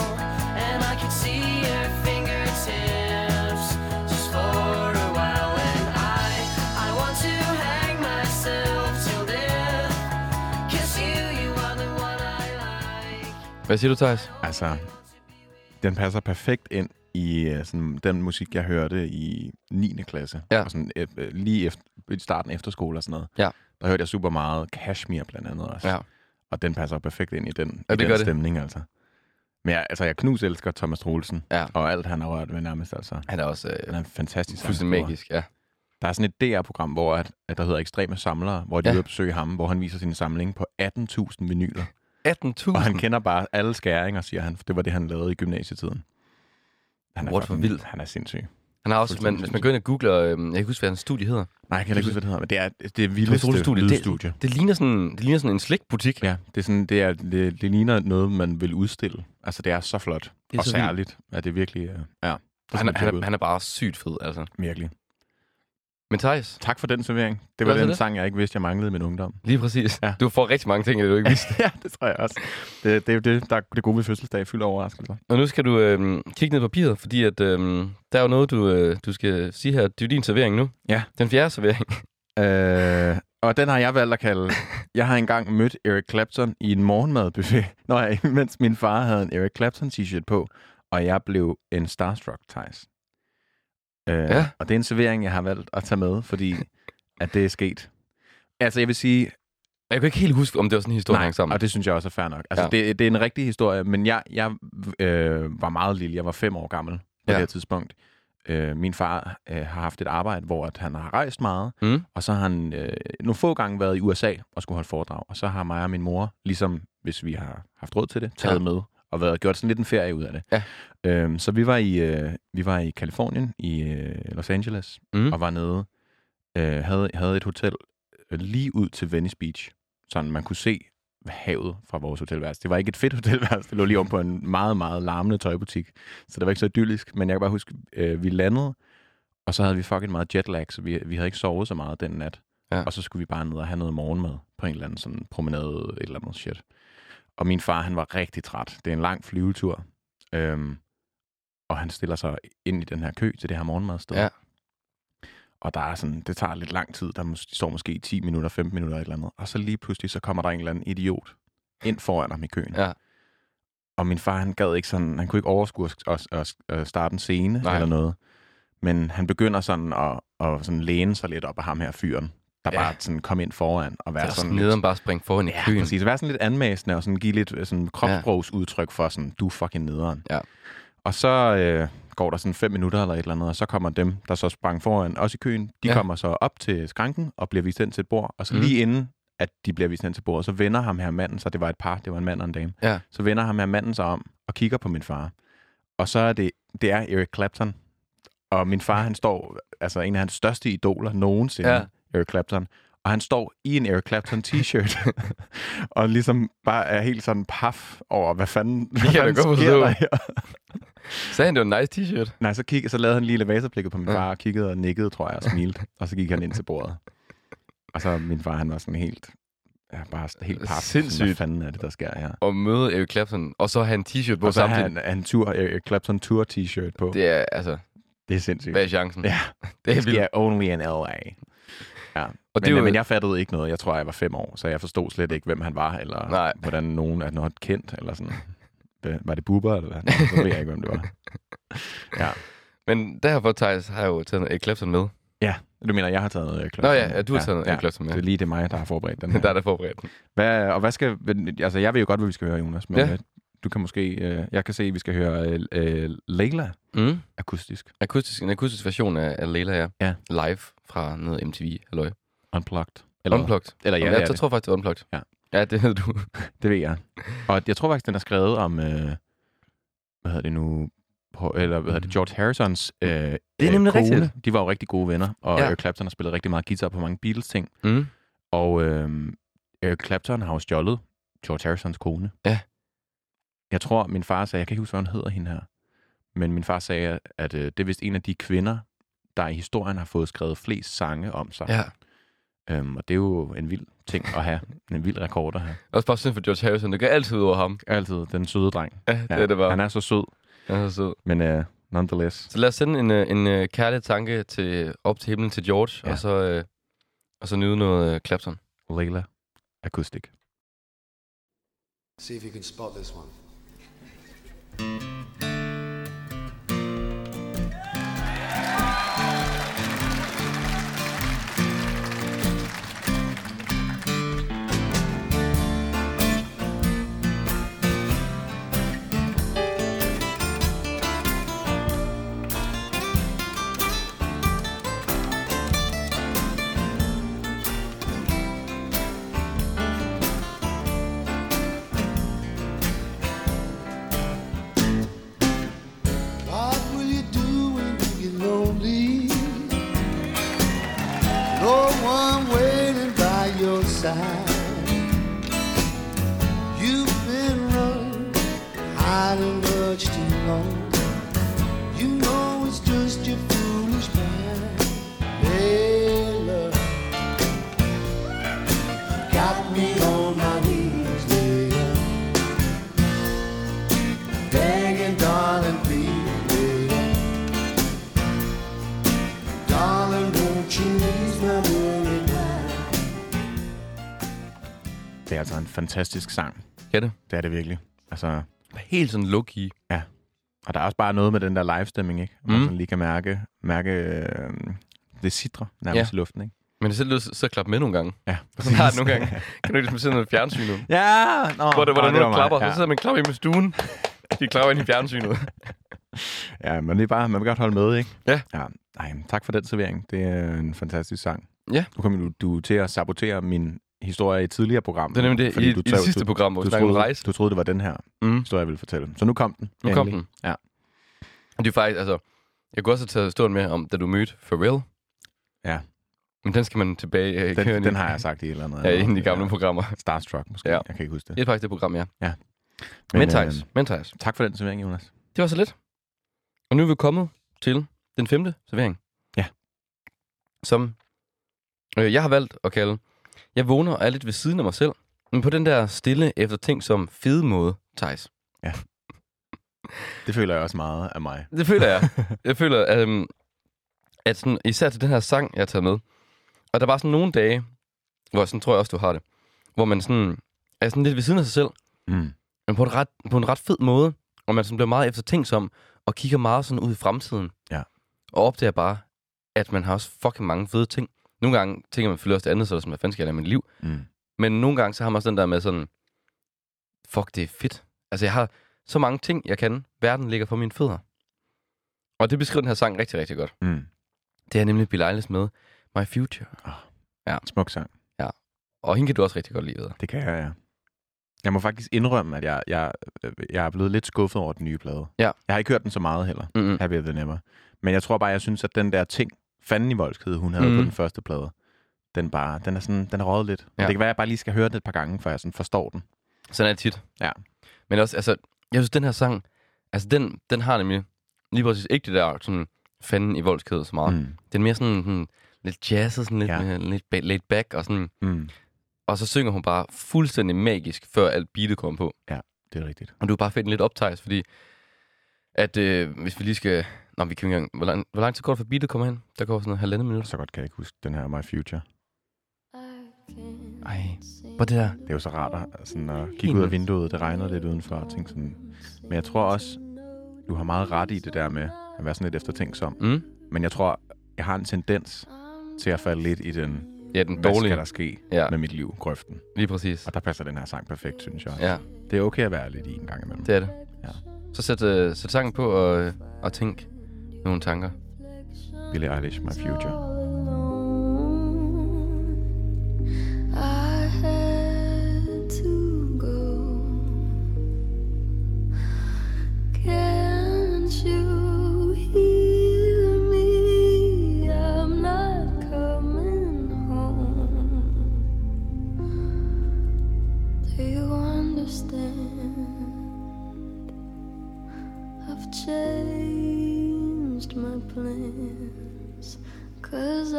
and I could see your fingertips just for a while. And I, I want to hang myself till death. Kiss you, you are the one I like. Hvad siger du, Thijs? Altså, den passer perfekt ind i øh, sådan, den musik, jeg hørte i 9. klasse. Ja. Og sådan, øh, øh, lige efter, i starten efter skole og sådan noget. Ja. Der hørte jeg super meget Kashmir blandt andet også. Ja. Og den passer perfekt ind i den, Ja, i det gør den det. stemning, altså. Men jeg, altså, jeg knus elsker Thomas Troelsen. Ja. Og alt, han har rørt ved nærmest, altså. Han er også øh, Han er en fantastisk fuldstændig sangskriver. magisk, ja. Der er sådan et DR-program, hvor at, at der hedder Ekstreme Samlere, hvor de Ja. ja. er ude at besøge ham, hvor han viser sin samling på 18.000 vinyler. 18.000. Og han kender bare alle skæringer, siger han. for Det var det, han lavede i gymnasietiden. Han What, hvor fucking- vildt. Han er sindssyg. Han har også, man, hvis man går ind og googler, øh, jeg kan ikke huske, hvad hans studie hedder. Nej, jeg kan heller ikke huske, hvad det hedder, men det er det vildeste solstudie. lydstudie. Det, det, ligner sådan, det ligner sådan en slikbutik. Ja, det, er sådan, det, er, det, det ligner noget, man vil udstille. Altså, det er så flot er og så vildt. særligt. Ja, det er virkelig... øh, Ja, det Han, han, er- han, er- han, er bare sygt fed, altså. virkelig. Men Thijs, Tak for den servering. Det var var så den det. sang, jeg ikke vidste, jeg manglede i min ungdom. lige præcis. Ja. Ja. Du får rigtig mange ting, du ikke vidste. ja, det tror jeg også. Det, det er jo det, der er det gode ved fødselsdag, fylder overraskelser. Og nu skal du øh, kigge ned på papiret, fordi at, øh, der er jo noget, du, øh, du skal sige her. Det er jo din servering nu. Ja. Den fjerde servering. Øh, og den har jeg valgt at kalde... Jeg har engang mødt Eric Clapton i en morgenmadbuffet, når jeg, mens min far havde en Eric Clapton t-shirt på, og jeg blev en starstruck, Thijs. Øh, Ja. Og det er en servering, jeg har valgt at tage med, fordi at det er sket. Altså, jeg vil sige, Jeg kan ikke helt huske, om det var sådan en historie, hang sammen. og det synes jeg også er fair nok. Altså, Ja. ja. det, det er en rigtig historie, men jeg, jeg øh, var meget lille. Jeg var fem år gammel på Ja. ja. det her tidspunkt. Øh, min far øh, har haft et arbejde, hvor at han har rejst meget, Mm. og så har han øh, nogle få gange været i USA og skulle holde foredrag. Og så har mig og min mor, ligesom hvis vi har haft råd til det, taget Ja. ja. med og været gjort sådan lidt en ferie ud af det. Ja. Øhm, så vi var i øh, vi var i Kalifornien i øh, Los Angeles Mm. mm. og var nede øh, havde havde et hotel øh, lige ud til Venice Beach, sådan man kunne se havet fra vores hotelværelse. Det var ikke et fedt hotelværelse, det lå lige om på en meget, meget larmende tøjbutik, så det var ikke så idyllisk, men jeg kan bare huske, øh, vi landede, og så havde vi fucking meget jetlag, så vi, vi havde ikke sovet så meget den nat, Ja. ja. og så skulle vi bare ned og have noget morgenmad på en eller anden sådan promenade, et eller andet shit. Og min far, han var rigtig træt. Det er en lang flyvetur. Øhm, og han stiller sig ind i den her kø til det her morgenmadsted. Ja. Og der er sådan, det tager lidt lang tid. Der mås- de står måske 10 minutter, 15 minutter et eller andet. Og så lige pludselig, så kommer der en eller anden idiot ind foran ham i køen. Ja. Og min far, han gad ikke sådan, han kunne ikke overskue at, at, at, at starte en scene Nej. Nej. eller noget. Men han begynder sådan at, at sådan læne sig lidt op af ham her fyren, der Ja. ja. bare sådan kom ind foran og Det være er Altså, sådan sådan nederen lidt... bare at springe foran i Ja, køen. præcis. Være sådan lidt anmæsende og sådan give lidt øh, sådan kropsprogsudtryk for sådan, du er fucking nederen. Ja. Og så øh, går der sådan fem minutter eller et eller andet, og så kommer dem, der så sprang foran også i køen, de Ja. ja. kommer så op til skranken og bliver vist ind til et bord. Og så Mm. mm. lige inden, at de bliver vist ind til bordet, så vender ham her manden, så det var et par, det var en mand og en dame. Ja. Så vender ham her manden sig om og kigger på min far. Og så er det, det er Eric Clapton. Og min far, han står, altså en af hans største idoler nogensinde, Ja. ja. Eric Clapton. Og han står i en Eric Clapton t-shirt, og ligesom bare er helt sådan paf over, hvad fanden, hvad kan jeg da fanden godt sker forstå. der her? Sagde han, det var en nice t-shirt? Nej, så, kig, så lavede han lige elevatorblikket på min Ja. far, og kiggede og nikkede, tror jeg, og smilte. og så gik han ind til bordet. Og så min far, han var sådan helt, ja, bare sådan helt pap. Sindssygt. Hvad fanden er det, der sker her? Og møde Eric Clapton, og så have en t-shirt på Og så har samtidig. han, han tur, Eric Clapton Tour t-shirt på. Det, Det er, altså, det er sindssygt. hvad er chancen? Ja. Det er Det vildt. sker only in L.A. Ja. Og Og det det er men, jo- jo... men jeg fattede ikke noget. Jeg tror, jeg var fem år, så jeg forstod slet ikke, hvem han var, eller Nej. hvordan nogen er noget kendt, eller sådan. Hvad- Var det Bubber, eller hvad? Så ved jeg ikke, hvem det var. Ja. Men derfor, Thijs, har jeg jo taget Eric Clapton med. Du mener, jeg har taget øh, noget Nå ja, ja, du har taget noget Eric Clapton med. Det er lige det er mig, der har forberedt den her. Der er der forberedt den. Hvad, og hvad skal... men, Altså, jeg ved jo godt, hvad vi skal høre, Jonas, men Ja. ja. du kan måske... Øh, jeg kan se, at vi skal høre øh, øh, Leila Mm. akustisk. Akustisk, en akustisk version af, af Leila, ja. Ja. Live fra noget MTV, halløj. Unplugged. Eller Eller unplugged. Eller ja, jeg, det jeg er det. tror faktisk, det er unplugged. Ja. Ja, det ved du. Det ved jeg. Og jeg tror faktisk, den er skrevet om... Øh, hvad hedder det nu? På- Eller hvad hedder det? George Harrisons øh, Det er nemlig rigtigt. De var jo rigtig gode venner, og Ja. ja. Eric Clapton har spillet rigtig meget guitar på mange Beatles-ting. Mm. Og øh, Eric Clapton har jo stjålet George Harrisons kone. Ja. Jeg tror, min far sagde, jeg kan ikke huske, hvad hun hedder hende her, men min far sagde, at øh, det er vist en af de kvinder, der i historien har fået skrevet flest sange om sig. Ja. Øhm, og det er jo en vild ting at have. en vild rekord at have. Også bare synd for George Harrison. Det gør altid ud over ham. Altid den søde dreng. Ja, det er det bare. Han er så sød, Han er så sød. men øh, nonetheless. Så lad os sende en, øh, en øh, kærlig tanke til, op til himlen til George, ja. Ja. og, så, øh, og så nyde noget øh, Clapton. Leila Acoustic. See if you can spot this one. someone waiting by your side. You've been running, hiding much too long. You know it's just your foolish mind. Hey, love, got me on my knees, baby. Begging, darling, please, baby. Darling, won't you ease my worry now? Det er altså en fantastisk sang. Kan det? Det er det virkelig. Altså, Helt sådan look i. og der er også bare noget med den der livestemming, ikke? Man Mm. sådan lige kan mærke, mærke øh, det sidre nærmest i luften, ikke? Men det er selv så klap med nogle gange. Ja, Sådan har jeg det nogle gange. Kan du ikke ligesom se noget fjernsyn nu? Ja, nå, Hvor der, hvor nå, der nogen, var der mig. klapper. Ja. Så sidder man og klapper ind i stuen. De klapper ind i fjernsynet. Ja, men det er bare, man vil godt holde med, ikke? Ja. ja. Ej, men tak for den servering. Det er en fantastisk sang. Ja. Nu kommer du, du til at sabotere min historie i et tidligere program. Det er nemlig det. fordi I, du i det tager- sidste program, hvor vi du, snakkede om troede, rejse. du troede, det var den her Mm. historie, jeg ville fortælle. Så nu kom den. Nu kom Endelig. den. Ja. Det er faktisk, altså... Jeg kunne også have taget historien med om, da du mødte Pharrell. Ja. Men den skal man tilbage øh, køre Den, ind den i. har jeg sagt i et eller andet. Ja, i en af de gamle programmer. Starstruck måske. Ja. Jeg kan ikke huske det. Det er faktisk det program, ja. Men, Men Thijs, øh, men Thijs. tak for den servering, Jonas. Det var så lidt. Og nu er vi kommet til den femte servering. Ja. Som øh, jeg har valgt at kalde, jeg vågner og er lidt ved siden af mig selv, men på den der stille efter ting som fede måde, Thijs. Det føler jeg også meget af mig. Det føler jeg. jeg føler, øhm, at sådan, især til den her sang, jeg har taget med, og der var sådan nogle dage, hvor sådan tror jeg også, du har det, hvor man sådan er sådan lidt ved siden af sig selv, Mm. men på en ret, på en ret fed måde, og man sådan bliver meget eftertænksom, og kigger meget sådan ud i fremtiden. Ja. Og opdager bare, at man har også fucking mange fede ting. Nogle gange tænker man selvfølgelig også det andet, så er det sådan, hvad fanden skal jeg lave i mit liv? Mm. Men nogle gange, så har man også den der med sådan, fuck, det er fedt. Altså, jeg har så mange ting, jeg kan. Verden ligger på mine fødder. Og det beskriver den her sang rigtig, rigtig godt. Mm. Det er nemlig Billie Eilish med My Future. Smuk sang. Og hende kan du også rigtig godt lide, ved jeg. Det kan jeg, ja. Jeg må faktisk indrømme, at jeg, jeg, øh, jeg er blevet lidt skuffet over den nye plade. Ja. Jeg har ikke hørt den så meget heller, Mm-hmm. Happy Ever Than Ever. Men jeg tror bare, jeg synes, at den der ting, fanden i voldskede, hun havde mm. på Mhm. den første plade, den, bare, den er sådan, den er røget lidt. Ja. Ja. Det kan være, at jeg bare lige skal høre den et par gange, før jeg sådan forstår den. Sådan er det tit. Ja. Men også, altså, jeg synes, den her sang, altså den, den har nemlig lige præcis ikke det der sådan, fanden i voldskæde så meget. Mm. Mm. Den er mere sådan, sådan lidt jazzet, sådan lidt, Ja. ja. lidt ba- laid back, og, sådan, Mm. og så synger hun bare fuldstændig magisk, før alt beatet kommer på. Det er rigtigt. Og du er bare fedt lidt optaget, fordi at øh, hvis vi lige skal... Nå, vi kan jo ikke engang... Hvor lang, hvor lang tid går det for beatet kommer hen? Der går sådan noget halvandet minut. Så godt kan jeg ikke huske den her My Future. Ej, hvor det der... Det er jo så rart at, sådan, at kigge ud af vinduet. Det regner lidt udenfor og tænke sådan... Men jeg tror også, du har meget ret i det der med at være sådan lidt eftertænksom. Mm? Men jeg tror, jeg har en tendens til at falde lidt i den Ja, den Hvad skal dårlige. der ske ja. Ja. med mit liv, grøften? Lige præcis. Og der passer den her sang perfekt, synes jeg. Ja, Det er okay at være lidt i en gang imellem. det er det. Ja. Så sæt, øh, sæt sangen på og, øh, og tænk nogle tanker. Billie Eilish, My Future. I had to go. Can't you hear me? I'm not coming home. Do you understand? I've changed my plans. Cause I,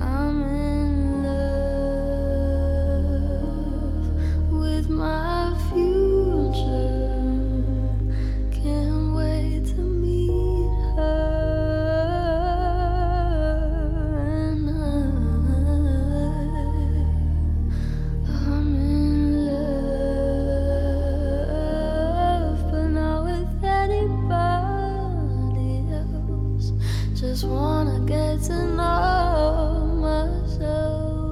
I'm in love with my future. Can't wait to meet her. And I, I'm in love, but not with anybody else. Just wanna get to know myself.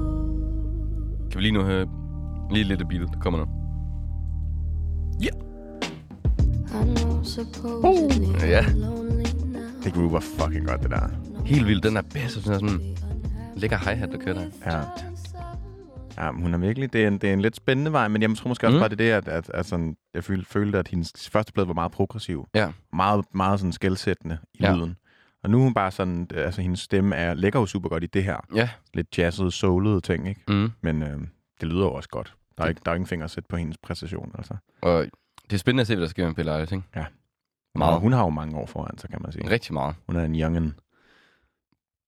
Kan vi lige nu høre lige lidt af beatet, der kommer nu. I know supposedly Ja. I'm lonely now. Det groover fucking godt, det der. Helt vildt, den er bedst, og den er sådan lækker hi-hat, der kører der. Ja. ja men hun er virkelig... Det er, en, det er en lidt spændende vej, men jeg tror måske også Mm. bare, det er det, at, at, at sådan, jeg føl- følte, at hendes første plade var meget progressiv. Ja. Meget, meget sådan skældsættende i Ja. lyden. Og nu er hun bare sådan, altså hendes stemme er, ligger jo super godt i det her. Ja. Lidt jazzede, soulede ting, ikke? Mm. Men øh, det lyder jo også godt. Der er, ikke, der er ingen finger at sætte på hendes præstation, altså. Og det er spændende at se, hvad der sker med Billie Eilish, ikke? Ja. Meget. Og hun har jo mange år foran, så kan man sige. Rigtig meget. Hun er en youngen.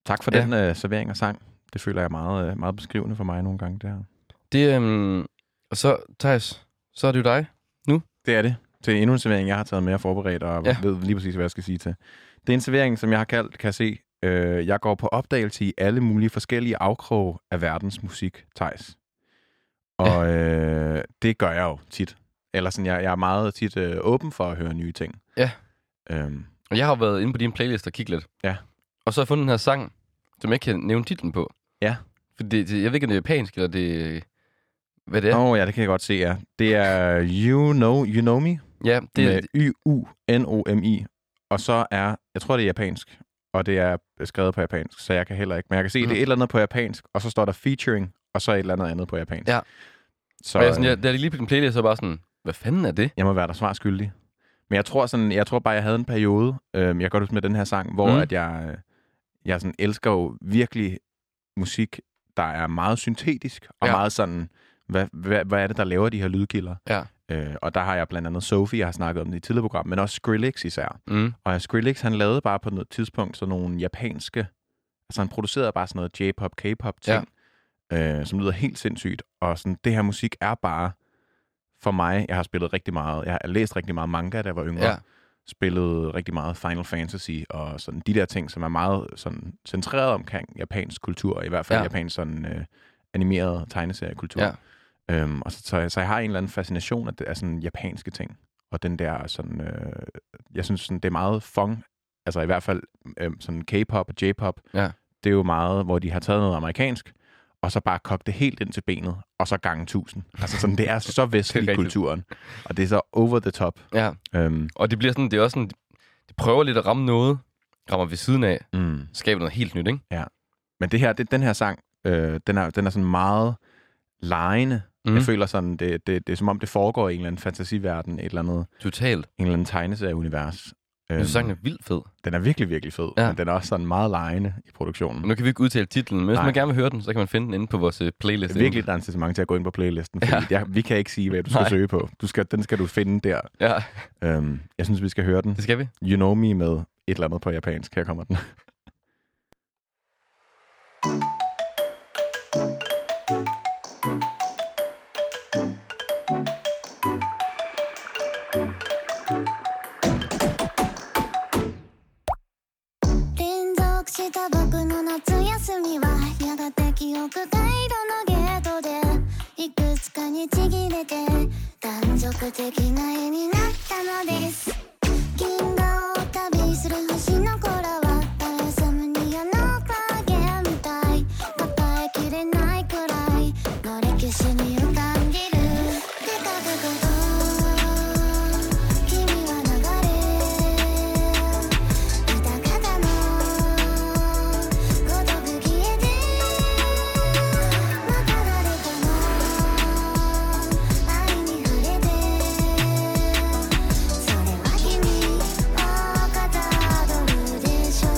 Tak for Ja. ja. den øh, servering og sang. Det føler jeg er meget, øh, meget beskrivende for mig nogle gange, det her. Det, øhm, og så, Thijs, så er det jo dig. Det er det. Til endnu en servering, jeg har taget med og forberedt, og Ja. ja. ved lige præcis, hvad jeg skal sige til. Det er en servering, som jeg har kaldt, kan jeg se, øh, jeg går på opdagelse i alle mulige forskellige afkroge af verdens musik, Thijs. Og øh, det gør jeg jo tit. Eller sådan, jeg, jeg er meget tit øh, åben for at høre nye ting. Ja. Øhm, Og jeg har jo været inde på din playlist og kigget lidt. Ja. Og så har jeg fundet den her sang, som jeg ikke kan nævne titlen på. Ja. For det, det, jeg ved ikke, om det er japansk, eller det... Hvad det ja. er. Åh ja, det kan jeg godt se, ja. Det er You Know, you know Me Ja, det er... med Y-U-N-O-M-I. Og så er, jeg tror det er japansk, og det er skrevet på japansk, så jeg kan heller ikke. Men jeg kan se, mm. Mm. det er et eller andet på japansk, og så står der featuring, og så et eller andet andet på japansk. Ja. Så Og jeg, er sådan, øh, jeg, da jeg lige på din playlist, så er jeg bare sådan, hvad fanden er det? jeg må være der svar skyldig. Men jeg tror, sådan, jeg tror bare, jeg havde en periode, øh, jeg kan godt huske med den her sang, hvor Mm. mm. at jeg, øh, jeg sådan elsker jo virkelig musik, der er meget syntetisk, og Ja. ja. meget sådan, hvad, hvad, hvad er det, der laver de her lydkilder? Ja. Øh, og der har jeg blandt andet Sophie, jeg har snakket om det i et tidligere program, men også Skrillex især. Mm. Og Skrillex, han lavede bare på noget tidspunkt sådan nogle japanske... Altså, han producerede bare sådan noget J-pop, K-pop ting, ja. øh, som lyder helt sindssygt. Og sådan, det her musik er bare for mig... Jeg har spillet rigtig meget... Jeg har læst rigtig meget manga, da jeg var yngre. Ja. Ja. Spillet rigtig meget Final Fantasy og sådan de der ting, som er meget sådan, centreret omkring japansk kultur, og i hvert fald Ja. ja. japansk sådan, øh, animeret tegneseriekultur. Ja. Øhm, og så, så, så jeg har en eller anden fascination af, det- af sådan japanske ting. Og den der sådan, øh, jeg synes sådan, det er meget funk, altså i hvert fald øh, sådan K-pop og J-pop. Ja. Det er jo meget, hvor de har taget noget amerikansk, og så bare kogt det helt ind til benet, og så gange tusind. Altså sådan, det er så vestlig rigtigt. kulturen. Og det er så over the top. Ja. Øhm, Og det bliver sådan, det er også sådan, det prøver lidt at ramme noget, rammer ved siden af, mm. skaber noget helt nyt, ikke? Men det her, det, den her sang, øh, den, er, den er sådan meget lejende. Mm. Jeg føler sådan, det, det, det er som om, det foregår i en eller anden fantasiverden, et eller andet Totalt. en eller anden tegneserieunivers. Jeg Øhm, synes, sangen er vildt fed. den er virkelig, virkelig fed, Ja. ja. men den er også sådan meget lejende i produktionen. Og nu kan vi ikke udtale titlen, men hvis Nej. man gerne vil høre den, så kan man finde den inde på vores øh, playlist. Det er virkelig, der er incitament til at gå ind på playlisten, fordi ja. jeg, vi kan ikke sige, hvad du skal Nej. Nej. søge på. Du skal, den skal du finde der. Ja, Øhm, jeg synes, vi skal høre den. det skal vi. You Know Me med et eller andet på japansk. Her kommer den. 連続した僕の夏休みはやがて記憶回路のゲートでいくつかにちぎれて断続的な絵になったのです銀河を旅する星の子らはバルサムニアの影みたい抱えきれないくらいの歴史に浮かんでるでかくこと君は流れ「カタカタのごとく消えて」「また誰かの愛に触れて」「それは君をかたどるでしょう」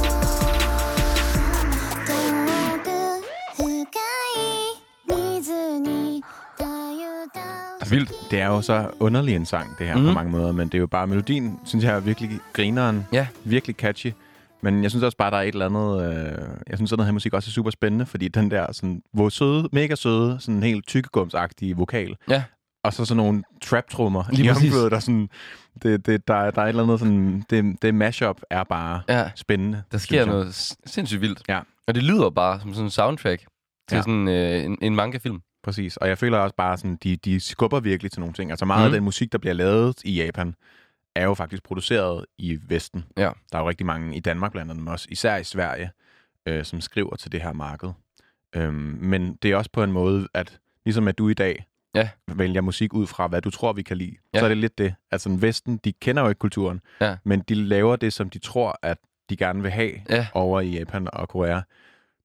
「遠く深い水にだゆた Vildt. Det er jo så underlig en sang, det her mm. på mange måder, men det er jo bare melodien, synes jeg er virkelig grineren. Ja. Virkelig catchy. Men jeg synes også bare, der er et eller andet... Øh, jeg synes, sådan noget her musik også er super spændende, fordi den der sådan, hvor søde, mega søde, sådan helt tykkegumsagtige vokal, Ja. og så sådan nogle trap-trummer Lige i præcis. omkvædet, der sådan... Det, det, der, er- der er et eller andet sådan... Det, det mashup er bare Ja. spændende. Der synes sker jeg. noget s- sindssygt vildt. Ja. Og det lyder bare som sådan en soundtrack til Ja. sådan øh, en, en manga-film. Præcis, og jeg føler også bare sådan, de, de skubber virkelig til nogle ting. Altså meget Mm. mm. af den musik, der bliver lavet i Japan, er jo faktisk produceret i Vesten. Ja. Der er jo rigtig mange i Danmark blandt andet, men også især i Sverige, øh, som skriver til det her marked. Øhm, men det er også på en måde, at ligesom at du i dag Ja. vælger musik ud fra, hvad du tror, vi kan lide, Ja. ja. så er det lidt det. Altså Vesten, de kender jo ikke kulturen, Ja. men de laver det, som de tror, at de gerne vil have Ja. over i Japan og Korea.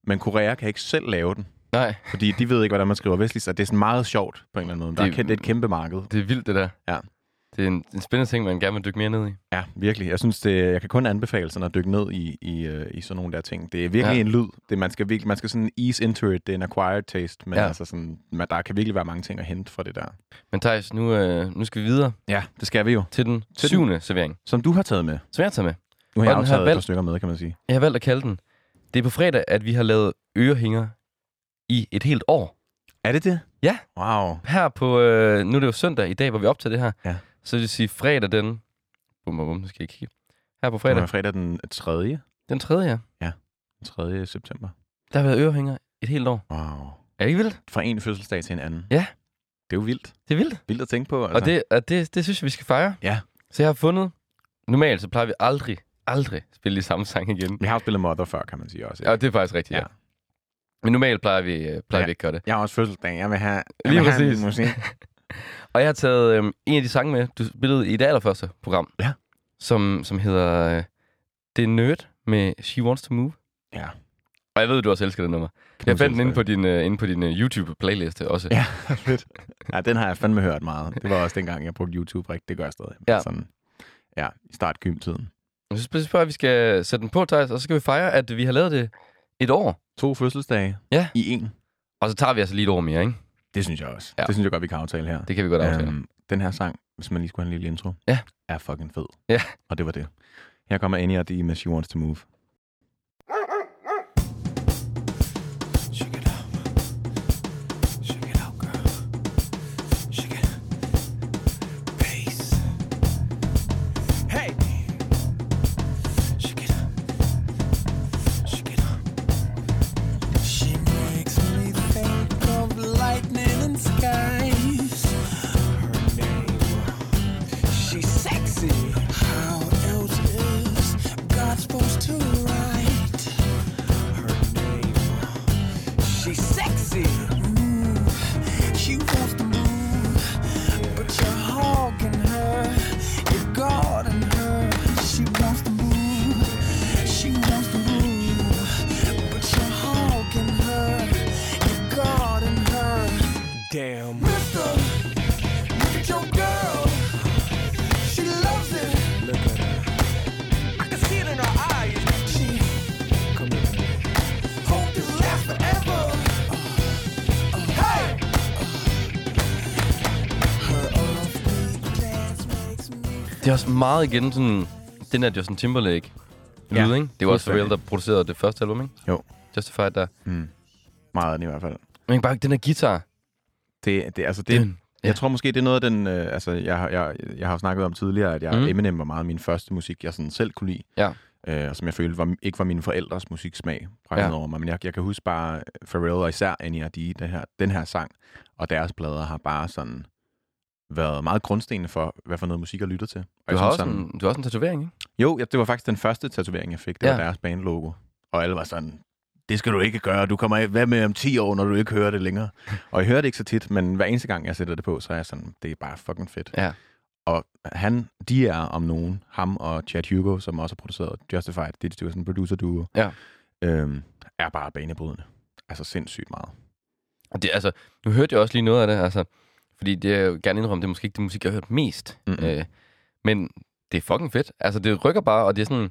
Men Korea kan ikke selv lave den. Nej, Fordi de ved ikke, hvordan man skriver vestlig, så det er sådan meget sjovt på en eller anden måde. Der Det- er kendt et kæmpe marked. det er vildt det der. Ja. Det Det er en, en spændende ting, man gerne vil dykke mere ned i. Ja, virkelig. Jeg synes, det, jeg kan kun anbefale sådan at dykke ned i, i, øh, i sådan nogle der ting. Det er virkelig Ja. ja. en lyd. Det, man, skal virkelig, man skal sådan ease into it. Det er en acquired taste, men Ja. ja. altså sådan, man, der kan virkelig være mange ting at hente fra det der. Men Thijs, nu, øh, nu skal vi videre Ja, det skal vi jo. til den Til den- syvende servering, Som du har taget med. som jeg tager med. Nu har jeg Og den har også taget et par valgt- stykker med, kan man sige. Jeg har valgt at kalde den. Det er på fredag, at vi har lavet ørehænger i et helt år. Er det det? Ja. Wow. her på, øh, nu er det jo søndag i dag, hvor vi optager det her. Ja. Så vil det sige fredag den, bum bum bum, nu skal jeg kigge. Her på Fredag. fredag, fredag den 3. den tredje, ja. 3. september. der har været ørehænger et helt år. Wow. Er det ikke vildt? Fra en fødselsdag til en anden. Ja. Det er jo vildt. Det er vildt. Vildt at tænke på. altså. Og, det, og det, det synes jeg, vi skal fejre. Ja. Så jeg har fundet, normalt så plejer vi aldrig, aldrig spille de samme sange igen. Vi har jo spillet Mother før, kan man sige også. Ja, det er faktisk rigtigt, ja. Ja. ja. Men normalt plejer vi, øh, plejer Ja. vi ikke at gøre det. Jeg har også fødselsdag. Jeg vil have, jeg Lige vil have præcis. en musik. Og jeg har taget øh, en af de sange med, du spillede i det allerførste program. Ja. Som, som hedder øh, Det er Nerd med She Wants to Move. Ja. Og jeg ved, du også elsker det nummer. Jeg fandt den inde på din, uh, inde på din uh, YouTube-playliste også. Ja, fedt. Ja, den har jeg fandme hørt meget. Det var også dengang, jeg brugte YouTube rigtigt. Det gør jeg stadig. Men Ja. Sådan, ja, i start gymtiden. Jeg synes, jeg spørger, at vi skal sætte den på, Thijs, og så skal vi fejre, at vi har lavet det et år. To fødselsdage Ja. i en. Og så tager vi altså lige et år mere, ikke? Det synes jeg også. Ja. Ja. Det synes jeg godt, vi kan aftale her. Det kan vi godt aftale. Øhm, den her sang, hvis man lige skulle have en lille intro, Ja. er fucking fed. Ja. Og det var det. Her kommer Annie og D med She Wants to Move. Shake it out. Shake it out, girl. Shake it. Bass. Hey. Shake it up. Shake it up. She makes me think of lightning and skies. Her name. She's sexy. How else is God supposed to write her name? She's sexy. Mm, she wants to move, but you're hogging her. You're guarding her. She wants to move. She wants to move, but you're hogging her. You're guarding her. Damn. Mister, look at your girl. She loves it. Look at her. I can see it in her eyes. She. Come here. Hope this lasts forever. Uh, Hey! Her offbeat dance makes me Det er også meget igen sådan, den der Justin Timberlake lyd, Ja, ikke? Det var også Pharrell, fuldstændig. der producerede det første album, ikke? Jo. Justified der. Meget af den i hvert fald. Men bare den der guitar. Det, det, altså det, Den. ja. Jeg tror måske, det er noget af den... Øh, altså, jeg, har- jeg, jeg har jo snakket om tidligere, at jeg, Mm. mm. Eminem var meget min første musik, jeg sådan selv kunne lide. Ja. Øh, og som jeg følte var, ikke var mine forældres musiksmag brækket Ja. ja. over mig. Men jeg, jeg kan huske bare øh, Pharrell og især N.E.R.D., den her, den her sang, og deres plader har bare sådan været meget grundstenene for, hvad for noget musik jeg lytter til. Og Du jeg har, synes også sådan, en, du har også en tatovering, ikke? Jo, ja, det var faktisk den første tatovering, jeg fik. Det Ja. ja. var deres bandlogo. Og alle var sådan, det skal du ikke gøre. Du kommer af, hvad med om 10 år, når du ikke hører det længere? og jeg hører det ikke så tit, men hver eneste gang, jeg sætter det på, så er jeg sådan, det er bare fucking fedt. Ja. Og han, de er om nogen, ham og Chad Hugo, som også har produceret Justified, det er jo sådan en producer duo, Ja. øhm, er bare banebrydende. Altså sindssygt meget. Og Det, altså, nu hørte jeg også lige noget af det, altså, fordi det er jo gerne indrømme, det er måske ikke det musik, jeg har hørt mest. Mm-mm. Øh, men det er fucking fedt. Altså, det rykker bare, og det er sådan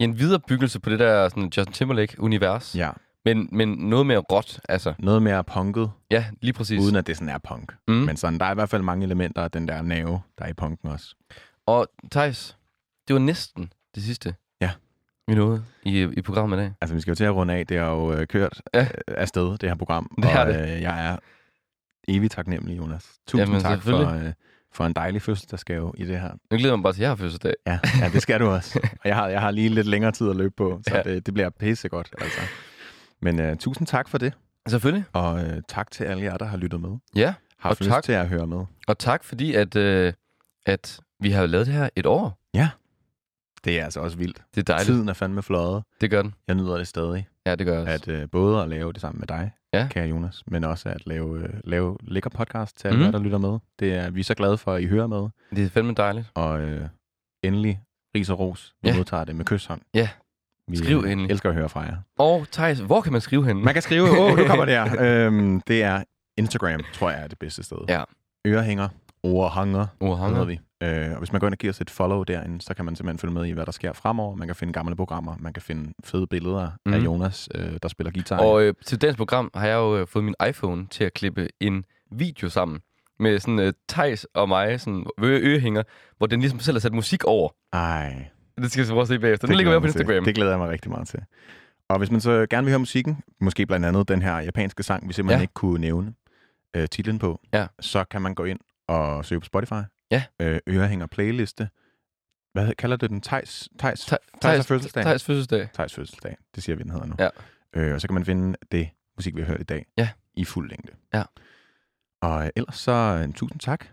i en viderebyggelse på det der sådan, Justin Timberlake-univers. Ja. Men, men noget mere råt, altså. Noget mere punket, Ja, lige præcis. uden at det sådan er punk. Mm. Men sådan, der er i hvert fald mange elementer af den der nerve, der er i punken også. Og Thijs, det var næsten det sidste, Ja. vi nåede i, i programmet i dag. Altså, vi skal jo til at runde af. Det har jo øh, kørt Ja. ja. afsted, det her program. Det har og det. Øh, jeg er evigt taknemmelig, Jonas. Tusind Jamen, Jamen, tak for, selvfølgelig. øh, for en dejlig fødselsdagsgave i det her. Nu glæder jeg mig bare til, at jeg har fødselsdag. Ja, ja det skal du også. Og jeg har, jeg har lige lidt længere tid at løbe på, så Ja. ja. det, det bliver pissegodt. Altså. Men øh, tusind tak for det, Selvfølgelig. og øh, tak til alle jer, der har lyttet med. Ja, Har Og haft lyst tak. til at høre med. og tak fordi, at, øh, at vi har lavet det her et år. Det er altså også vildt. Det er dejligt. Tiden er fandme fløjet. Det gør den. Jeg nyder det stadig, Ja, det gør jeg også. at øh, både at lave det sammen med dig, Ja. ja. kære Jonas, men også at lave, øh, lave lækker podcast til Mhm. alle jer, der lytter med. Det er vi er så glade for, at I hører med. Det er fandme dejligt. Og øh, endelig, ris og ros. Vi Ja. ja. modtager det med kysshånd. Ja. Vi Skriv øh, endelig. elsker at høre fra jer. Og Thijs, hvor kan man skrive henne? Man kan skrive, åh, oh, nu kommer det her. øhm, det er Instagram, tror jeg, er det bedste sted. Ja. Ørehænger, orehænger, Oh, ham hedder her. vi. Øh, og hvis man går ind og giver os et follow derinde, så kan man simpelthen følge med i, hvad der sker fremover. Man kan finde gamle programmer, man kan finde fede billeder mm. af Mhm. Jonas, øh, der spiller guitar. Og, Og øh, til dagens program har jeg jo øh, fået min iPhone til at klippe en video sammen med sådan øh, Tejs og mig, sådan ø- ørehænger, hvor den ligesom selv har sat musik over. Ej, Det skal vi så prøve at se bagefter. Den Det ligger vi glæder op på jeg mig til. Instagram. Det glæder jeg mig rigtig meget til. Og hvis man så gerne vil høre musikken, måske blandt andet den her japanske sang, vi simpelthen Ja. ja. ikke kunne nævne øh, titlen på, Ja. så kan man gå ind og søge på Spotify. Ja. Øh, ørehænger playliste. Hvad hed- kalder du den? Tejs? Tejs? Tej- Tejs er Tejs- fødselsdag. Tejs fødselsdag. Tejs fødselsdag. Det siger vi, den hedder nu. Ja. Øh, og så kan man finde det musik, vi har hørt i dag, Ja. i fuld længde. Ja. Og øh, ellers så øh, tusind tak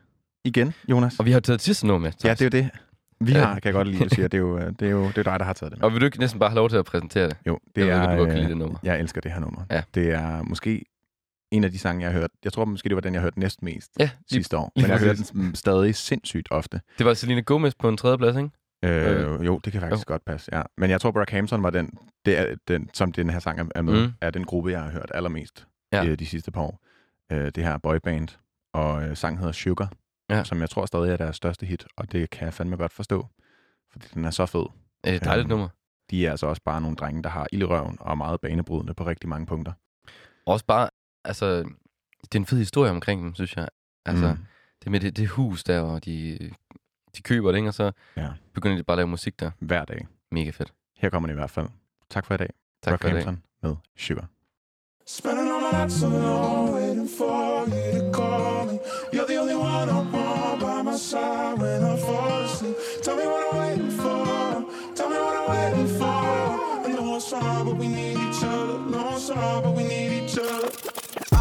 igen, Jonas. Og vi har taget sidste nummer med. Tejs. ja, det er jo det. Vi Ja. har, kan jeg godt lide, at du siger. Det er jo, øh, det er jo det er dig, der har taget det med. Og vil du ikke næsten bare have lov til at præsentere det? Jo, det Jeg ved er... godt, du godt kan øh, lide det nummer. Jeg elsker det her nummer. Ja. Det er måske en af de sange, jeg har hørt. Jeg tror måske, det var den, jeg hørte næst mest Ja, lige, sidste år. lige Men jeg hører den præcis. sådan stadig sindssygt ofte. det var Selina Gomez på en tredje plads, ikke? Øh, jo, det kan faktisk godt passe, ja. Men jeg tror, Brockhampton var den, det er, den som den her sang er- er med, Mm. mm. er den gruppe, jeg har hørt allermest Ja. ja. øh, de sidste par år. Øh, det her boyband, og øh, sangen hedder Sugar, Ja. ja. som jeg tror stadig er deres største hit, og det kan jeg fandme godt forstå, fordi den er så fed. Øh, dejligt Øhm. nummer. De er altså også bare nogle drenge, der har ild i røven og er meget banebrydende på rigtig mange punkter. Også bare, altså, det er en fed historie omkring dem, synes jeg. Altså, mm. det med det, det hus der, og de, de køber det, ikke? Og så Ja. begynder de bare at lave musik der. hver dag. Mega fedt. Her kommer den i hvert fald. Tak for i dag. Tak for i dag. Rockhampton med Sugar. Spending all my nights alone, waiting for you to call me. You're the only one I want by my side when I fall asleep. Tell me what I'm waiting for. Tell me what I'm waiting for. I know it's wrong, but we need each other. No, it's wrong, but we need each other.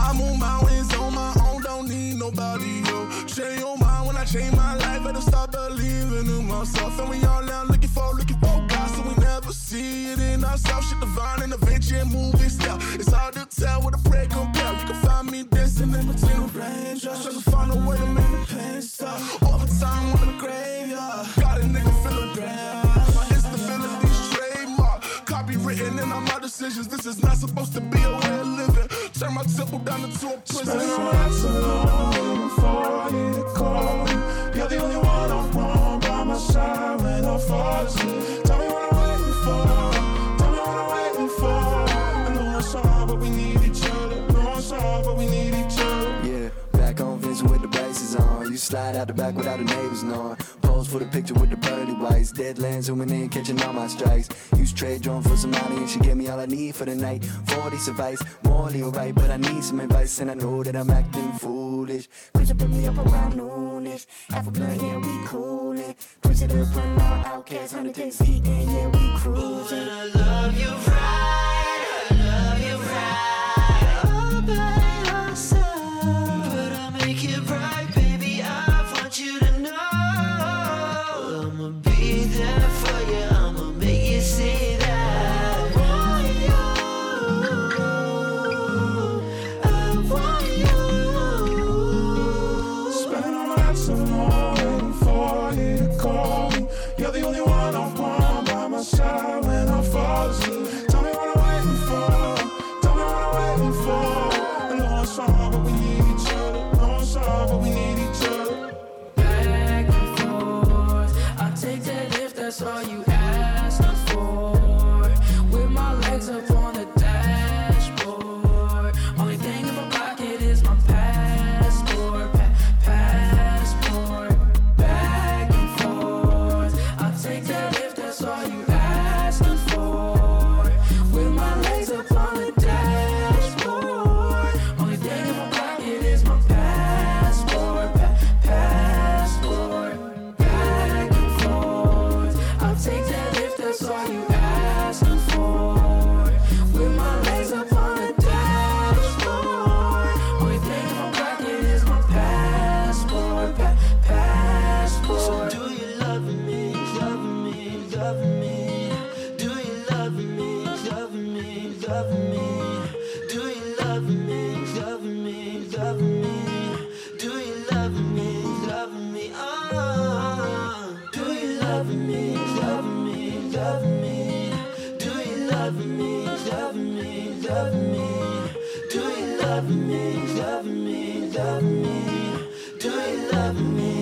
I move mountains on my own, don't need nobody, yo. Change your mind when I change my life, better start believing in myself. And we all out looking for, looking for God, so we never see it in ourselves. Shit divine in the venture and moving style. It's hard to tell what a prayer compare. You can find me dancing in between the raindrops, trying to find a way to make the pain stop. Overtime on the graveyard, got a nigga feeling grand. My instability's trademark, copywritten in all my decisions. This is not supposed to be a way of living. Turn my temple down into a prison. Spending all night so long, waiting for you to call me. You're the only one I want by my side when I fall asleep. Tell me what I'm waiting for. Tell me what I'm waiting for. I know it's hard, but we need each other. know it's hard, but we need each other. Yeah, back on Vince with the braces on. You slide out the back without the neighbors knowing. Pose for the picture with the pearly whites. Deadlands zooming in, catching all my strikes. Use trade drone for some money, and she gave me all I need for the night. 40 advice, morally alright, but I need some advice, and I know that I'm acting foolish. Push up me up around noonish. Half a blood, yeah, we coolin'. Push it up, run out, outcast, 100 days deep, and yeah, we cruising. Spending all my nights alone, waiting for you to call me. You're the only one I want by my side when I fall asleep. Tell me what I'm waiting for. Tell me what I'm waiting for. I know it's hard, but we need each other. Know it's hard, but we need each other. back and forth. I take that if that's all you ask for. With my legs up on the dashboard. Only thing in my pocket is my passport. Pa- passport. Back and forth. I take that if that's all you ask for. With my legs up on the dashboard. Only thing in my pocket is my passport. Pa- passport. Back and forth. I'll take that if that's all you ask for. With my legs up on the dashboard. Only thing in my pocket is my passport. Pa- passport. So do you love me? Love me? Love me? Do you love me? Love me? Love me? Do you love me? Love me? Love me? Do you love me? Love me? Oh. Do you love me? Love me? Love me? Do you love me? Love me? Love me? Do you love me? Ah. Love me? Love me? Do you love me?